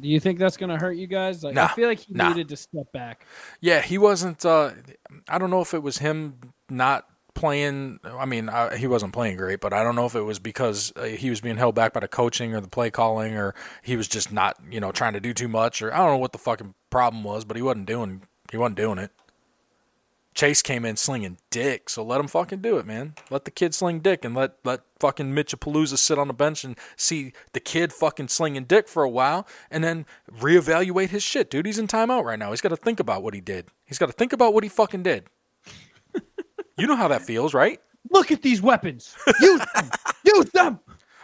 Speaker 4: Do you think that's gonna hurt you guys? Like I
Speaker 5: Nah,
Speaker 4: feel like he
Speaker 5: nah.
Speaker 4: needed to step back.
Speaker 5: Yeah, he wasn't. Uh, I don't know if it was him not playing. I mean, I, he wasn't playing great, but I don't know if it was because uh, he was being held back by the coaching or the play calling, or he was just not, you know, trying to do too much, or I don't know what the fucking problem was, but he wasn't doing. He wasn't doing it. Chase came in slinging dick, so let him fucking do it, man. Let the kid sling dick, and let let fucking Mitchapalooza sit on the bench and see the kid fucking slinging dick for a while, and then reevaluate his shit, dude. He's in timeout right now. He's got to think about what he did. He's got to think about what he fucking did. you know how that feels, right?
Speaker 4: Look at these weapons. Use them. Use them.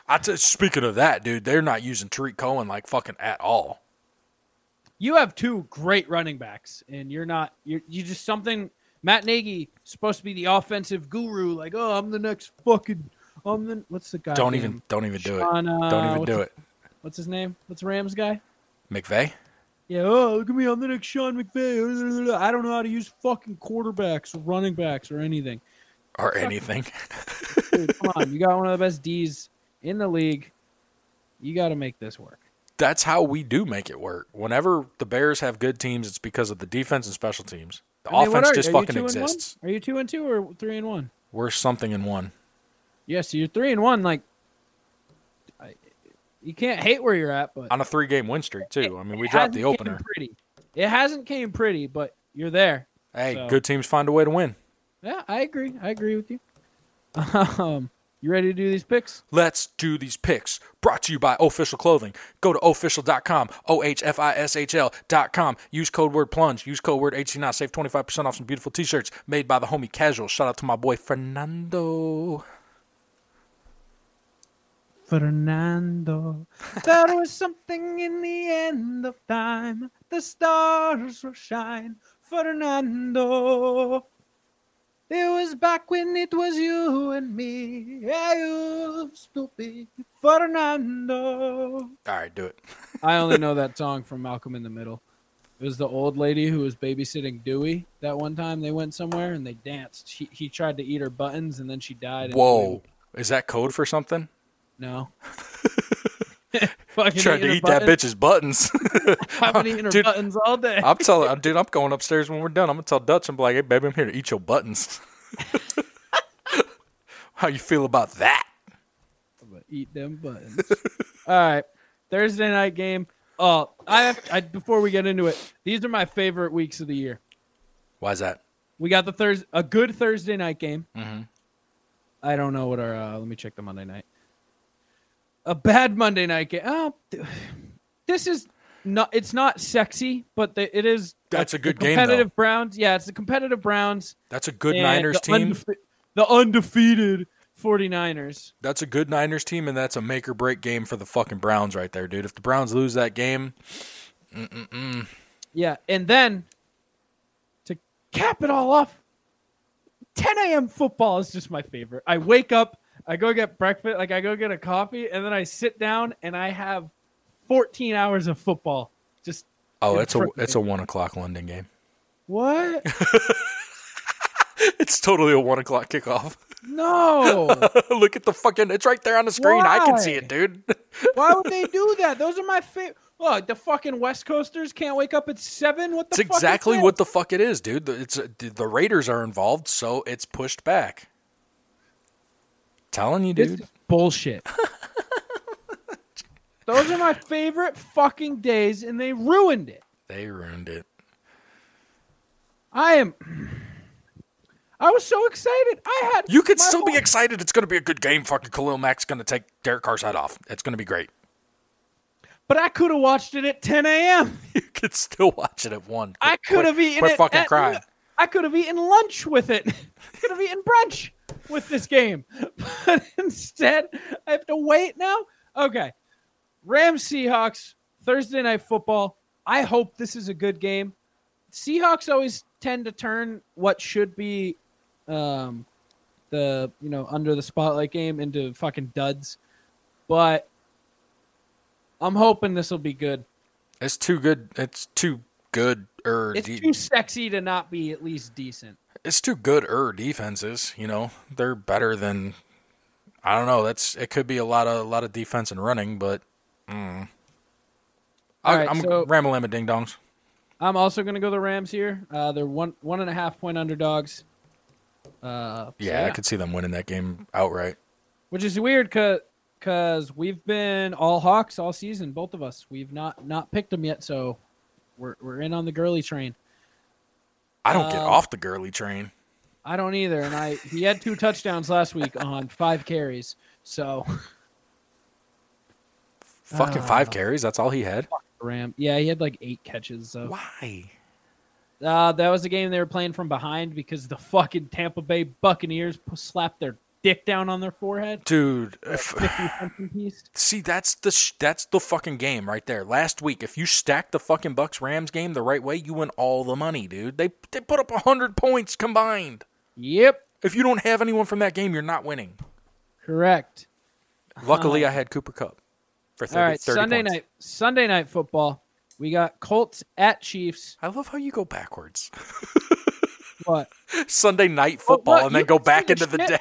Speaker 5: I t- speaking of that, dude, they're not using Tariq Cohen like fucking at all.
Speaker 4: You have two great running backs, and you're not. You're you just something. Matt Nagy supposed to be the offensive guru. Like, oh, I'm the next fucking. I'm the what's the guy?
Speaker 5: Don't even, don't even do it.
Speaker 4: Sean, uh,
Speaker 5: Don't even
Speaker 4: what's
Speaker 5: do
Speaker 4: his-
Speaker 5: it.
Speaker 4: What's his name? What's Rams guy?
Speaker 5: McVeigh.
Speaker 4: Yeah. Oh, look at me. I'm the next Sean McVay. I don't know how to use fucking quarterbacks, or running backs, or anything.
Speaker 5: Or anything.
Speaker 4: Dude, come on. You got one of the best D's in the league. You got to make this work.
Speaker 5: that's how we do make it work. Whenever the Bears have good teams, it's because of the defense and special teams. The
Speaker 4: I mean, what
Speaker 5: offense
Speaker 4: are-
Speaker 5: just
Speaker 4: are you
Speaker 5: fucking
Speaker 4: two and one?
Speaker 5: exists.
Speaker 4: Are you two and two or three and one?
Speaker 5: We're something in one.
Speaker 4: Yeah, so you're three and one. Like, I, you can't hate where you're at, but
Speaker 5: On a three game win streak, too. I mean, we
Speaker 4: it
Speaker 5: dropped the
Speaker 4: hasn't came
Speaker 5: opener.
Speaker 4: Pretty, it hasn't came pretty, but you're there.
Speaker 5: Hey,
Speaker 4: so-
Speaker 5: good teams find a way to win.
Speaker 4: Yeah, I agree. I agree with you. Um, you ready to do these picks?
Speaker 5: Let's do these picks. Brought to you by Official Clothing. Go to official.com, O H F I S H L.com. Use code word plunge. Use code word HT9. Save 25% off some beautiful t shirts made by the homie Casual. Shout out to my boy Fernando.
Speaker 4: Fernando, there was something in the end of time. The stars will shine. Fernando, it was back when it was you and me. I used to be Fernando.
Speaker 5: All right, do it.
Speaker 4: I only know that song from Malcolm in the Middle. It was the old lady who was babysitting Dewey that one time they went somewhere and they danced. He, he tried to eat her buttons and then she died. And
Speaker 5: Whoa. Is that code for something?
Speaker 4: No. Fucking
Speaker 5: Tried to
Speaker 4: eating her
Speaker 5: eat that
Speaker 4: buttons.
Speaker 5: bitch's buttons.
Speaker 4: I've been eating her
Speaker 5: Dude.
Speaker 4: buttons all day.
Speaker 5: I'm telling, dude, I'm going upstairs when we're done. I'm gonna tell Dutch, I'm like, hey, baby, I'm here to eat your buttons. How you feel about that?
Speaker 4: But eat them buttons. all right. Thursday night game. Oh, I have I, before we get into it, these are my favorite weeks of the year.
Speaker 5: Why's that?
Speaker 4: We got the Thursday, a good Thursday night game.
Speaker 5: Mm-hmm.
Speaker 4: I don't know what our. Uh, let me check the Monday night. A bad Monday night game. Oh, th- this is not. It's not sexy, but the, it is.
Speaker 5: That's a
Speaker 4: the
Speaker 5: good game, though.
Speaker 4: competitive Browns. Yeah, it's the competitive Browns.
Speaker 5: That's a good
Speaker 4: and
Speaker 5: Niners
Speaker 4: the
Speaker 5: team.
Speaker 4: undefe- the undefeated 49ers.
Speaker 5: that's a good Niners team, and that's a make or break game for the fucking Browns right there, dude. If the Browns lose that game,
Speaker 4: Yeah, and then to cap it all off, 10 a.m. football is just my favorite. I wake up, I go get breakfast, like I go get a coffee, and then I sit down and I have 14 hours of football. Just
Speaker 5: oh,
Speaker 4: in
Speaker 5: it's a
Speaker 4: front of me.
Speaker 5: it's a one o'clock London game.
Speaker 4: what?
Speaker 5: It's totally a one o'clock kickoff.
Speaker 4: No,
Speaker 5: Look at the fucking. It's right there on the screen. I can see
Speaker 4: Why?
Speaker 5: it, dude.
Speaker 4: why would they do that? Those are my favorite. Look, the fucking West Coasters can't wake up at seven. What the?
Speaker 5: It's
Speaker 4: fuck is
Speaker 5: exactly
Speaker 4: this?
Speaker 5: what the fuck it is, dude. The- It's uh, the the Raiders are involved, so it's pushed back. Telling you,
Speaker 4: This
Speaker 5: dude.
Speaker 4: is bullshit. Those are my favorite fucking days, and they ruined it.
Speaker 5: They ruined it.
Speaker 4: I am. I was so excited. I had.
Speaker 5: You could
Speaker 4: my
Speaker 5: still be
Speaker 4: whole-
Speaker 5: excited. It's going to be a good game. Fucking Khalil Mack's going to take Derek Carr's head off. It's going to be great.
Speaker 4: But I could have watched it at 10 a.m.
Speaker 5: You could still watch it at one.
Speaker 4: I
Speaker 5: Quit-
Speaker 4: could have
Speaker 5: quit-
Speaker 4: eaten
Speaker 5: Quit
Speaker 4: it
Speaker 5: fucking
Speaker 4: at-
Speaker 5: crying.
Speaker 4: I could have eaten lunch with it. could have eaten brunch with this game. But instead, I have to wait now. Okay. Rams Seahawks Thursday night football. I hope this is a good game. Seahawks always tend to turn what should be um, the you know under the spotlight game into fucking duds, but I'm hoping this will be good.
Speaker 5: It's too good. It's too good. Er,
Speaker 4: It's too sexy to not be at least decent.
Speaker 5: it's too good er defenses, you know. They're better than I don't know, that's it could be a lot of a lot of defense and running, but mm. I,
Speaker 4: All right,
Speaker 5: I'm
Speaker 4: so-
Speaker 5: ramalama ding dongs.
Speaker 4: I'm also going to go the Rams here. Uh, they're one one and a half point underdogs. Uh, so
Speaker 5: Yeah, I could see them winning that game outright.
Speaker 4: which is weird because we've been all Hawks all season, both of us. We've not not picked them yet, so we're we're in on the girly train.
Speaker 5: I don't get
Speaker 4: Um,
Speaker 5: off the girly train.
Speaker 4: I don't either, and I he had two touchdowns last week on five carries, so
Speaker 5: Fucking
Speaker 4: uh,
Speaker 5: five carries, that's all he had.
Speaker 4: Ram. Yeah, he had like eight catches. So
Speaker 5: Why?
Speaker 4: uh, that was the game they were playing from behind because the fucking Tampa Bay Buccaneers p- slapped their dick down on their forehead.
Speaker 5: Dude, if,
Speaker 4: Something piece.
Speaker 5: see that's the sh- that's the fucking game right there. Last week, if you stack the fucking Bucks Rams game the right way, you win all the money, dude. They they put up 100 points combined.
Speaker 4: Yep,
Speaker 5: If you don't have anyone from that game, you're not winning.
Speaker 4: correct.
Speaker 5: Luckily, I had Cooper Cup for 30,
Speaker 4: All right,
Speaker 5: 30
Speaker 4: Uh-huh. Sunday
Speaker 5: points.
Speaker 4: night, Sunday night football. We got Colts at Chiefs.
Speaker 5: I love how you go backwards.
Speaker 4: What?
Speaker 5: Sunday night football
Speaker 4: look,
Speaker 5: and then
Speaker 4: you
Speaker 5: go
Speaker 4: can
Speaker 5: back
Speaker 4: see
Speaker 5: into
Speaker 4: the
Speaker 5: the
Speaker 4: You-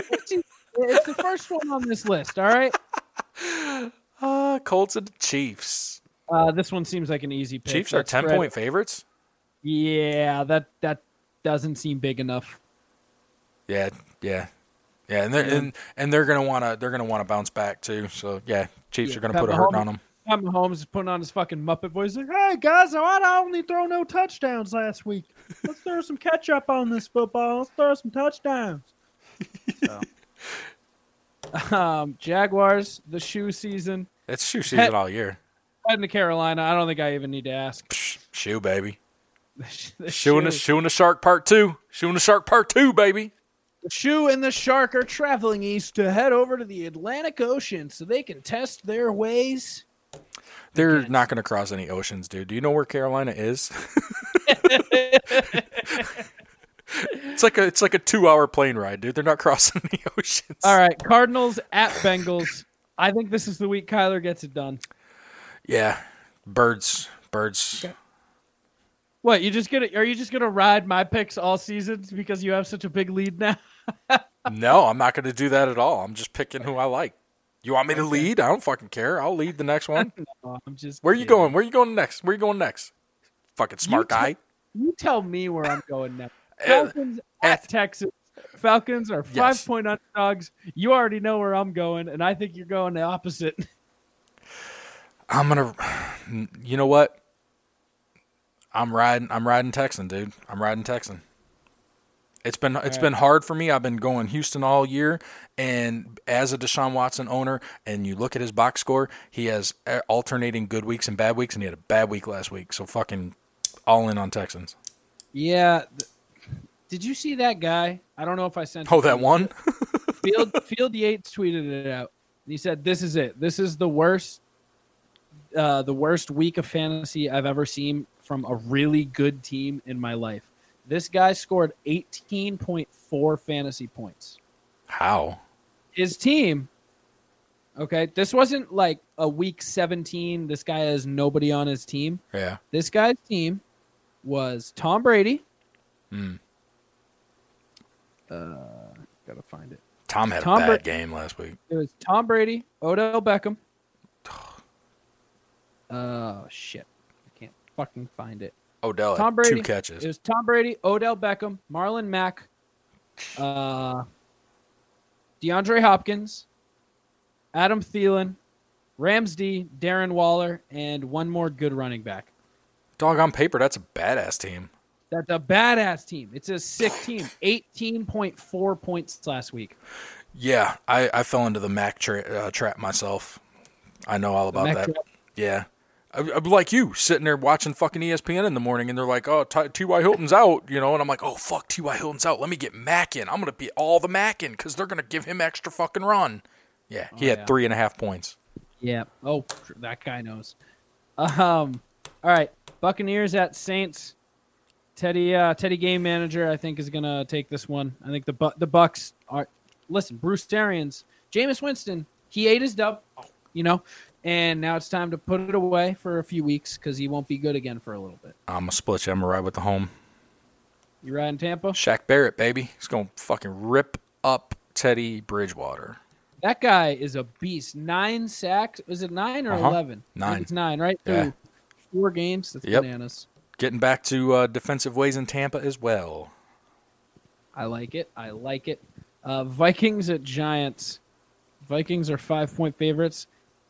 Speaker 5: day.
Speaker 4: it's it's the first one on this list. All right.
Speaker 5: uh, Colts and the Chiefs.
Speaker 4: Uh, this one seems like an easy pick.
Speaker 5: Chiefs are
Speaker 4: That
Speaker 5: 10
Speaker 4: spread-
Speaker 5: point favorites.
Speaker 4: Yeah, that that doesn't seem big enough.
Speaker 5: Yeah, yeah. Yeah, and they're and, and they're gonna wanna they're gonna wanna bounce back too. So yeah, Chiefs
Speaker 4: Yeah,
Speaker 5: are gonna
Speaker 4: Pat
Speaker 5: put a hurting
Speaker 4: Mahomes-
Speaker 5: on them.
Speaker 4: Pat Mahomes is putting on his fucking Muppet voice, like, "Hey guys, why did I only throw no touchdowns last week? Let's throw some catch up on this football. Let's throw some touchdowns." So. Um, Jaguars, the shoe season.
Speaker 5: It's shoe season all year.
Speaker 4: heading to Carolina. I don't think I even need to ask.
Speaker 5: Psh, shoe baby.
Speaker 4: The
Speaker 5: Shoe and the
Speaker 4: shoe.
Speaker 5: shoe and the shark part two. Shoe and the shark part two, baby.
Speaker 4: The shoe and the shark are traveling east to head over to the Atlantic Ocean so they can test their ways.
Speaker 5: They're not gonna cross any oceans, dude. Do you know where Carolina is? It's like a it's like a two hour plane ride, dude. They're not crossing the oceans.
Speaker 4: All right, Cardinals at Bengals. I think this is the week Kyler gets it done.
Speaker 5: Yeah, birds, birds.
Speaker 4: What you just gonna? Are you just gonna ride my picks all season because you have such a big lead now?
Speaker 5: No, I'm not going to do that at all. I'm just picking who I like. You want me to lead? I don't fucking care. I'll lead the next one.
Speaker 4: No, I'm just.
Speaker 5: Where you
Speaker 4: kidding.
Speaker 5: going? Where you going next? Where you going next? Fucking smart
Speaker 4: You
Speaker 5: guy.
Speaker 4: You tell me where I'm going next.
Speaker 5: Eh,
Speaker 4: Falcons at
Speaker 5: eh.
Speaker 4: Texas. Falcons are five
Speaker 5: Yes.
Speaker 4: point underdogs. You already know where I'm going, and I think you're going the opposite.
Speaker 5: I'm gonna. You know what? I'm riding. I'm riding Texan, dude. I'm riding Texan. It's been it's been hard for me. I've been going Houston all year, and as a Deshaun Watson owner, and you look at his box score, he has a- alternating good weeks and bad weeks, and he had a bad week last week. So fucking all in on Texans.
Speaker 4: Yeah. th- Did you see that guy? I don't know if I sent.
Speaker 5: Oh,
Speaker 4: it to
Speaker 5: that
Speaker 4: you.
Speaker 5: one.
Speaker 4: Field Field Yates tweeted it out. And he said, "This is it. This is the worst, uh, the worst week of fantasy I've ever seen from a really good team in my life. This guy scored 18.4 fantasy points.
Speaker 5: How?
Speaker 4: His team." Okay, this wasn't like a week 17. This guy has nobody on his team.
Speaker 5: Yeah.
Speaker 4: This guy's team was Tom Brady.
Speaker 5: Hmm.
Speaker 4: Uh, gotta find it.
Speaker 5: Tom had
Speaker 4: Tom
Speaker 5: a
Speaker 4: Bra-
Speaker 5: bad game last week.
Speaker 4: It was Tom Brady, Odell Beckham. Oh shit! I can't fucking find it.
Speaker 5: Odell
Speaker 4: Tom
Speaker 5: had
Speaker 4: Brady.
Speaker 5: two catches.
Speaker 4: It was Tom Brady, Odell Beckham, Marlon Mack, uh, DeAndre Hopkins, Adam Thielen, Ramsdy, Darren Waller, and one more good running back.
Speaker 5: Dog on paper, that's a badass team.
Speaker 4: That's a badass team. It's a sick team. 18.4 points last week.
Speaker 5: Yeah, I, I fell into the Mac tra- uh, trap myself. I know all about
Speaker 4: Mac
Speaker 5: that.
Speaker 4: trap?
Speaker 5: Yeah. I, I'm like you, sitting there watching fucking E ESPN in the morning, and they're like, oh, Ty- T.Y. Hilton's out, you know? And I'm like, oh, fuck, T.Y. Hilton's out. Let me get Mack in. I'm going to be all the Mack in because they're going to give him extra fucking run. Yeah, he had
Speaker 4: Oh, yeah.
Speaker 5: three and a half points.
Speaker 4: Yeah. Oh, that guy knows. Um. All right. Buccaneers at Saints. Teddy uh, Teddy game manager I think is gonna take this one. I think the Bu- the Bucks are. Listen, Bruce Arians, Jameis Winston, he ate his dub, you know, and now it's time to put it away for a few weeks because he won't be good again for a little bit.
Speaker 5: I'm a split you. I'm going to ride with the home.
Speaker 4: You riding Tampa?
Speaker 5: Shaq Barrett, baby. He's going to fucking rip up Teddy Bridgewater.
Speaker 4: That guy is a beast. Nine sacks. Was it nine or
Speaker 5: Uh-huh.
Speaker 4: eleven? I
Speaker 5: Nine.
Speaker 4: think It's nine, right?
Speaker 5: Yeah.
Speaker 4: Through four games. That's
Speaker 5: Yep.
Speaker 4: bananas.
Speaker 5: Getting back to uh, defensive ways in Tampa as well.
Speaker 4: I like it. I like it. Uh, Vikings at Giants. Vikings are five point favorites.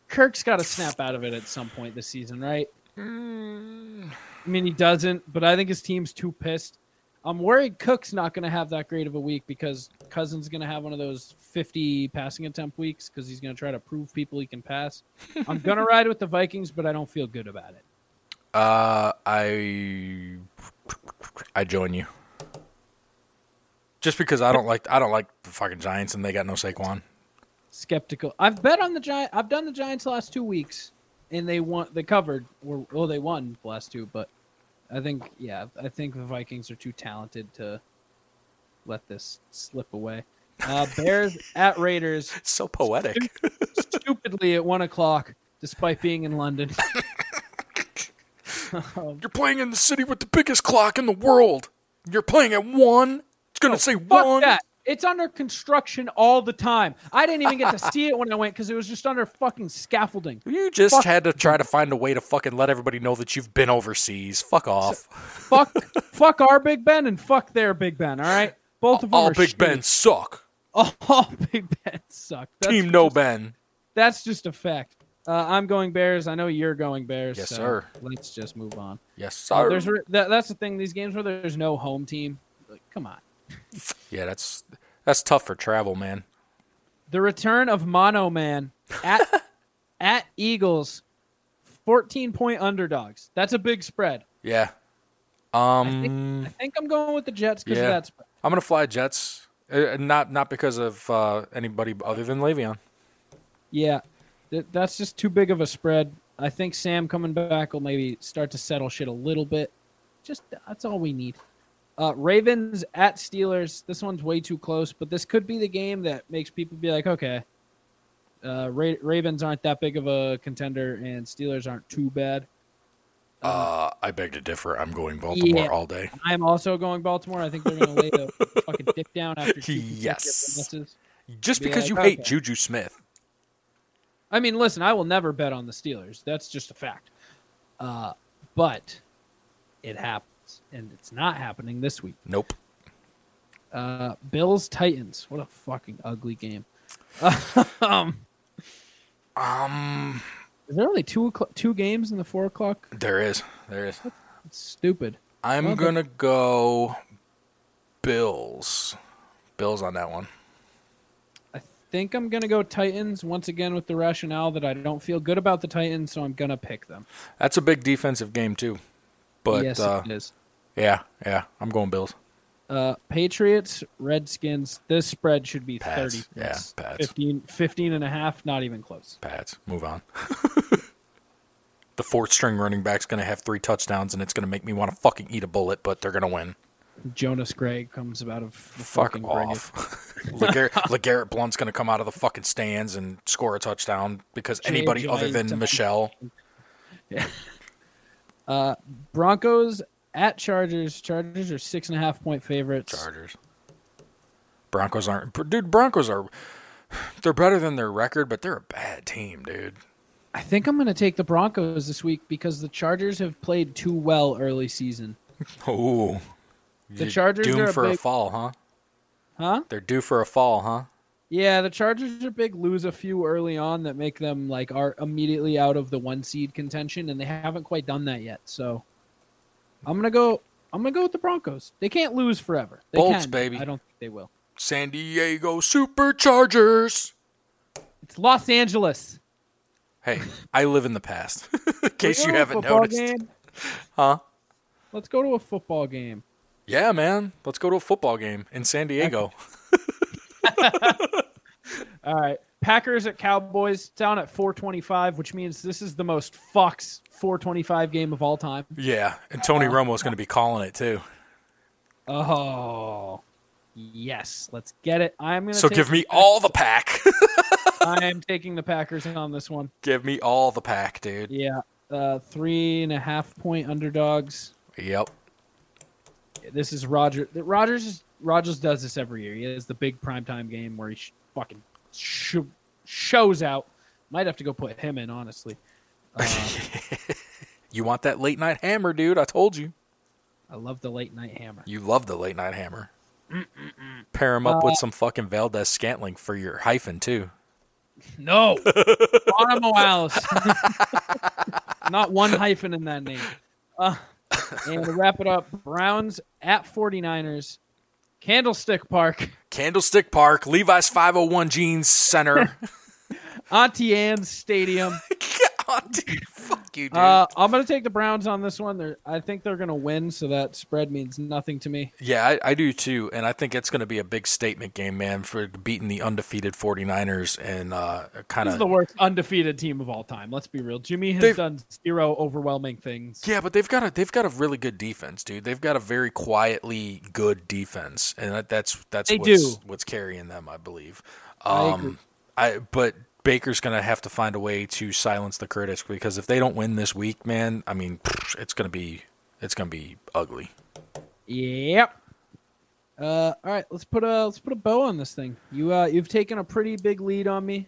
Speaker 4: Kirk's got to snap out of it at some point this season, right? I mean, he doesn't, but I think his team's too pissed. I'm worried Cook's not going to have that great of a week because Cousins going to have one of those 50 passing attempt weeks because he's going to try to prove people he can pass. I'm going to ride with the Vikings, but I don't feel good about it.
Speaker 5: Uh, I I join you. Just because I don't like I don't like the fucking Giants and they got no Saquon.
Speaker 4: skeptical. I've bet on the Giant. I've done the Giants the last two weeks, and they won. They covered, or well, they won the last two. But I think, yeah, I think the Vikings are too talented to let this slip away. Uh, Bears at Raiders,
Speaker 5: It's so poetic.
Speaker 4: stupidly at one o'clock, despite being in London.
Speaker 5: You're playing in the city with the biggest clock in the world. You're playing at one. It's gonna say
Speaker 4: Fuck
Speaker 5: one.
Speaker 4: that. It's under construction all the time. I didn't even get to see it when I went because it was just under fucking scaffolding.
Speaker 5: You just
Speaker 4: Fuck.
Speaker 5: had to try to find a way to fucking let everybody know that you've been overseas. Fuck off.
Speaker 4: Fuck, fuck our Big Ben and fuck their Big Ben. All right, both of them.
Speaker 5: All
Speaker 4: are
Speaker 5: Big
Speaker 4: shitty.
Speaker 5: Ben suck.
Speaker 4: All Oh, Big Ben suck. That's
Speaker 5: Team no
Speaker 4: just,
Speaker 5: Ben.
Speaker 4: That's just a fact. Uh, I'm going Bears. I know you're going Bears.
Speaker 5: Yes,
Speaker 4: so
Speaker 5: sir.
Speaker 4: Let's just move on.
Speaker 5: Yes,
Speaker 4: Uh,
Speaker 5: sir.
Speaker 4: there's re- that, that's the thing. These games where there's no home team. Like, come on.
Speaker 5: yeah, that's that's tough for travel, man.
Speaker 4: The return of Mono Man at at Eagles, 14 point underdogs. That's a big spread.
Speaker 5: Yeah.
Speaker 4: I think,
Speaker 5: Um.
Speaker 4: I think I'm going with the Jets because
Speaker 5: yeah.
Speaker 4: of that spread.
Speaker 5: I'm gonna fly Jets, uh, not not because of uh, anybody other than Le'Veon.
Speaker 4: Yeah, th- that's just too big of a spread. I think Sam coming back will maybe start to settle shit a little bit. Just that's all we need. Uh, Ravens at Steelers. This one's way too close, but this could be the game that makes people be like, okay, uh, Ra- Ravens aren't that big of a contender, and Steelers aren't too bad.
Speaker 5: Uh, I beg to differ. I'm going
Speaker 4: Baltimore Yeah.
Speaker 5: all day.
Speaker 4: I'm also going Baltimore. I think they're going to lay the fucking dick down after two consecutive
Speaker 5: Yes.
Speaker 4: misses.
Speaker 5: Just
Speaker 4: Be
Speaker 5: because
Speaker 4: like,
Speaker 5: you hate
Speaker 4: okay.
Speaker 5: Juju Smith,
Speaker 4: I mean, listen, I will never bet on the Steelers. That's just a fact. Uh, but it happens, and it's not happening this week.
Speaker 5: nope.
Speaker 4: Uh, Bills Titans. What a fucking ugly game. um,
Speaker 5: Um,
Speaker 4: is there only two o'clock, two games in the four o'clock?
Speaker 5: there is, there is.
Speaker 4: It's stupid.
Speaker 5: I'm
Speaker 4: Well, the-
Speaker 5: gonna go Bills, Bills on that one.
Speaker 4: I think I'm gonna go Titans once again with the rationale that I don't feel good about the Titans, so I'm gonna pick them.
Speaker 5: That's a big defensive game too, but
Speaker 4: yes,
Speaker 5: uh,
Speaker 4: it is.
Speaker 5: yeah, yeah, I'm going Bills.
Speaker 4: Uh, Patriots, Redskins. This spread should be
Speaker 5: Pats.
Speaker 4: 30
Speaker 5: Yeah,
Speaker 4: points.
Speaker 5: Pats.
Speaker 4: 15, 15 and a half, not even close.
Speaker 5: Pats, move on. the fourth string running back's gonna have three touchdowns, and it's gonna make me want to fucking eat a bullet, but they're gonna win.
Speaker 4: Jonas Gregg comes out of the
Speaker 5: Fuck
Speaker 4: fucking grave.
Speaker 5: off. LeGarrette, LeGarrette Blunt's going to come out of the fucking stands and score a touchdown because
Speaker 4: Jay
Speaker 5: anybody
Speaker 4: Jay
Speaker 5: other than
Speaker 4: Dunn.
Speaker 5: Michelle.
Speaker 4: Broncos at Chargers. Chargers are six and a half point favorites.
Speaker 5: Chargers. Broncos aren't. br- Dude, Broncos are. They're better than their record, but they're a bad team, dude.
Speaker 4: I think I'm going to take the Broncos this week because the Chargers have played too well early season.
Speaker 5: Oh.
Speaker 4: The Chargers
Speaker 5: Doomed
Speaker 4: are a
Speaker 5: for a
Speaker 4: big-
Speaker 5: fall, huh?
Speaker 4: Huh?
Speaker 5: They're due for a fall, huh?
Speaker 4: Yeah, the Chargers are big lose a few early on that make them like are immediately out of the one seed contention, and they haven't quite done that yet. So I'm gonna go. I'm gonna go with the Broncos. They can't lose forever. They
Speaker 5: Bolts,
Speaker 4: can.
Speaker 5: baby.
Speaker 4: I don't think they will.
Speaker 5: San Diego Superchargers.
Speaker 4: It's Los Angeles.
Speaker 5: Hey, I live in the past. in case
Speaker 4: Go
Speaker 5: you
Speaker 4: to a
Speaker 5: haven't
Speaker 4: football
Speaker 5: noticed.
Speaker 4: game.
Speaker 5: Huh?
Speaker 4: Let's go to a football game.
Speaker 5: Yeah, man. Let's go to a football game in San Diego.
Speaker 4: All right. Packers at Cowboys It's down at 425, which means this is the most Fox 425 game of all time.
Speaker 5: yeah, and Tony Romo's going to be calling it too.
Speaker 4: Oh, yes. Let's get it. I'm going to.
Speaker 5: So give me all the pack.
Speaker 4: I am taking the Packers on this one.
Speaker 5: give me all the pack, dude.
Speaker 4: Yeah. Uh, three and a half point underdogs.
Speaker 5: Yep.
Speaker 4: This is Roger. Rogers. is- Rogers does this every year. He has the big primetime game where he sh- fucking sh- shows out. Might have to go put him in, honestly.
Speaker 5: You want that late night hammer, dude? I told you.
Speaker 4: I love the late night hammer.
Speaker 5: You love the late night hammer. Pair him up with some fucking Valdez Scantling for your hyphen too.
Speaker 4: No. Juana Morales. Not one hyphen in that name. Uh, and to wrap it up, Browns at 49ers, Candlestick Park,
Speaker 5: Candlestick Park, Levi's 501 Jeans Center.
Speaker 4: Auntie Anne's Stadium.
Speaker 5: God, dude, fuck you, dude.
Speaker 4: Uh, I'm going to take the Browns on this one. They're, I think they're going to win, so that spread means nothing to me.
Speaker 5: yeah, I, I do too. And I think it's going to be a big statement game, man, for beating the undefeated 49ers and uh, kind
Speaker 4: This is the
Speaker 5: of.
Speaker 4: worst undefeated team of all time. Let's be real. Jimmy has
Speaker 5: They've-
Speaker 4: done zero overwhelming things.
Speaker 5: Yeah, but they've got a they've got a really good defense, dude. They've got a very quietly good defense, and that, that's that's
Speaker 4: They
Speaker 5: what's,
Speaker 4: do.
Speaker 5: what's carrying them, I believe.
Speaker 4: I agree.
Speaker 5: Um, I but Baker's gonna have to find a way to silence the critics because if they don't win this week, man, I mean, it's gonna be it's gonna be ugly.
Speaker 4: Yep. Uh, all right, let's put a let's put a bow on this thing. You uh, you've taken a pretty big lead on me.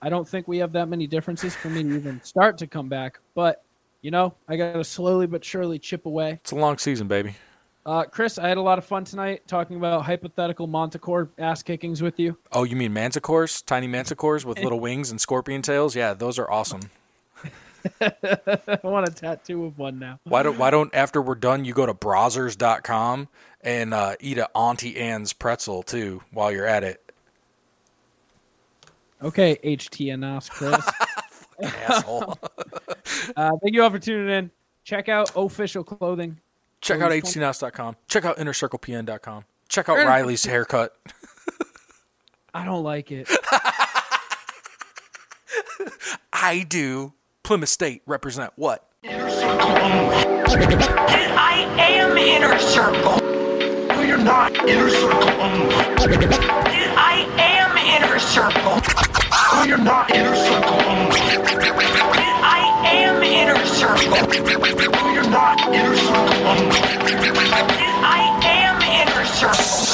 Speaker 4: I don't think we have that many differences for me to even start to come back, but you know I got to slowly but surely chip away.
Speaker 5: It's a long season, baby.
Speaker 4: Uh, Chris, I had a lot of fun tonight talking about hypothetical Montecore ass kickings with you.
Speaker 5: Oh, you mean manticores, tiny manticores with little wings and scorpion tails? Yeah, those are awesome.
Speaker 4: I want a tattoo of one now.
Speaker 5: Why don't Why don't after we're done, you go to browsers.com and uh, eat a Auntie Anne's pretzel too while you're at it,
Speaker 4: Okay, HTNOS, Chris.
Speaker 5: asshole.
Speaker 4: uh, thank you all for tuning in. Check out official clothing.
Speaker 5: Check out htnows.com. Check out innercirclepn.com. Check out Riley's haircut.
Speaker 4: I don't like it.
Speaker 5: I do. Plymouth State represent what?
Speaker 2: Inner circle only. And I am inner circle. No, you're not. Inner circle only. And I am inner circle. No, you're not. Inner circle only. And I am inner circle. No, you're not. Inner circle only. And I am inner circle.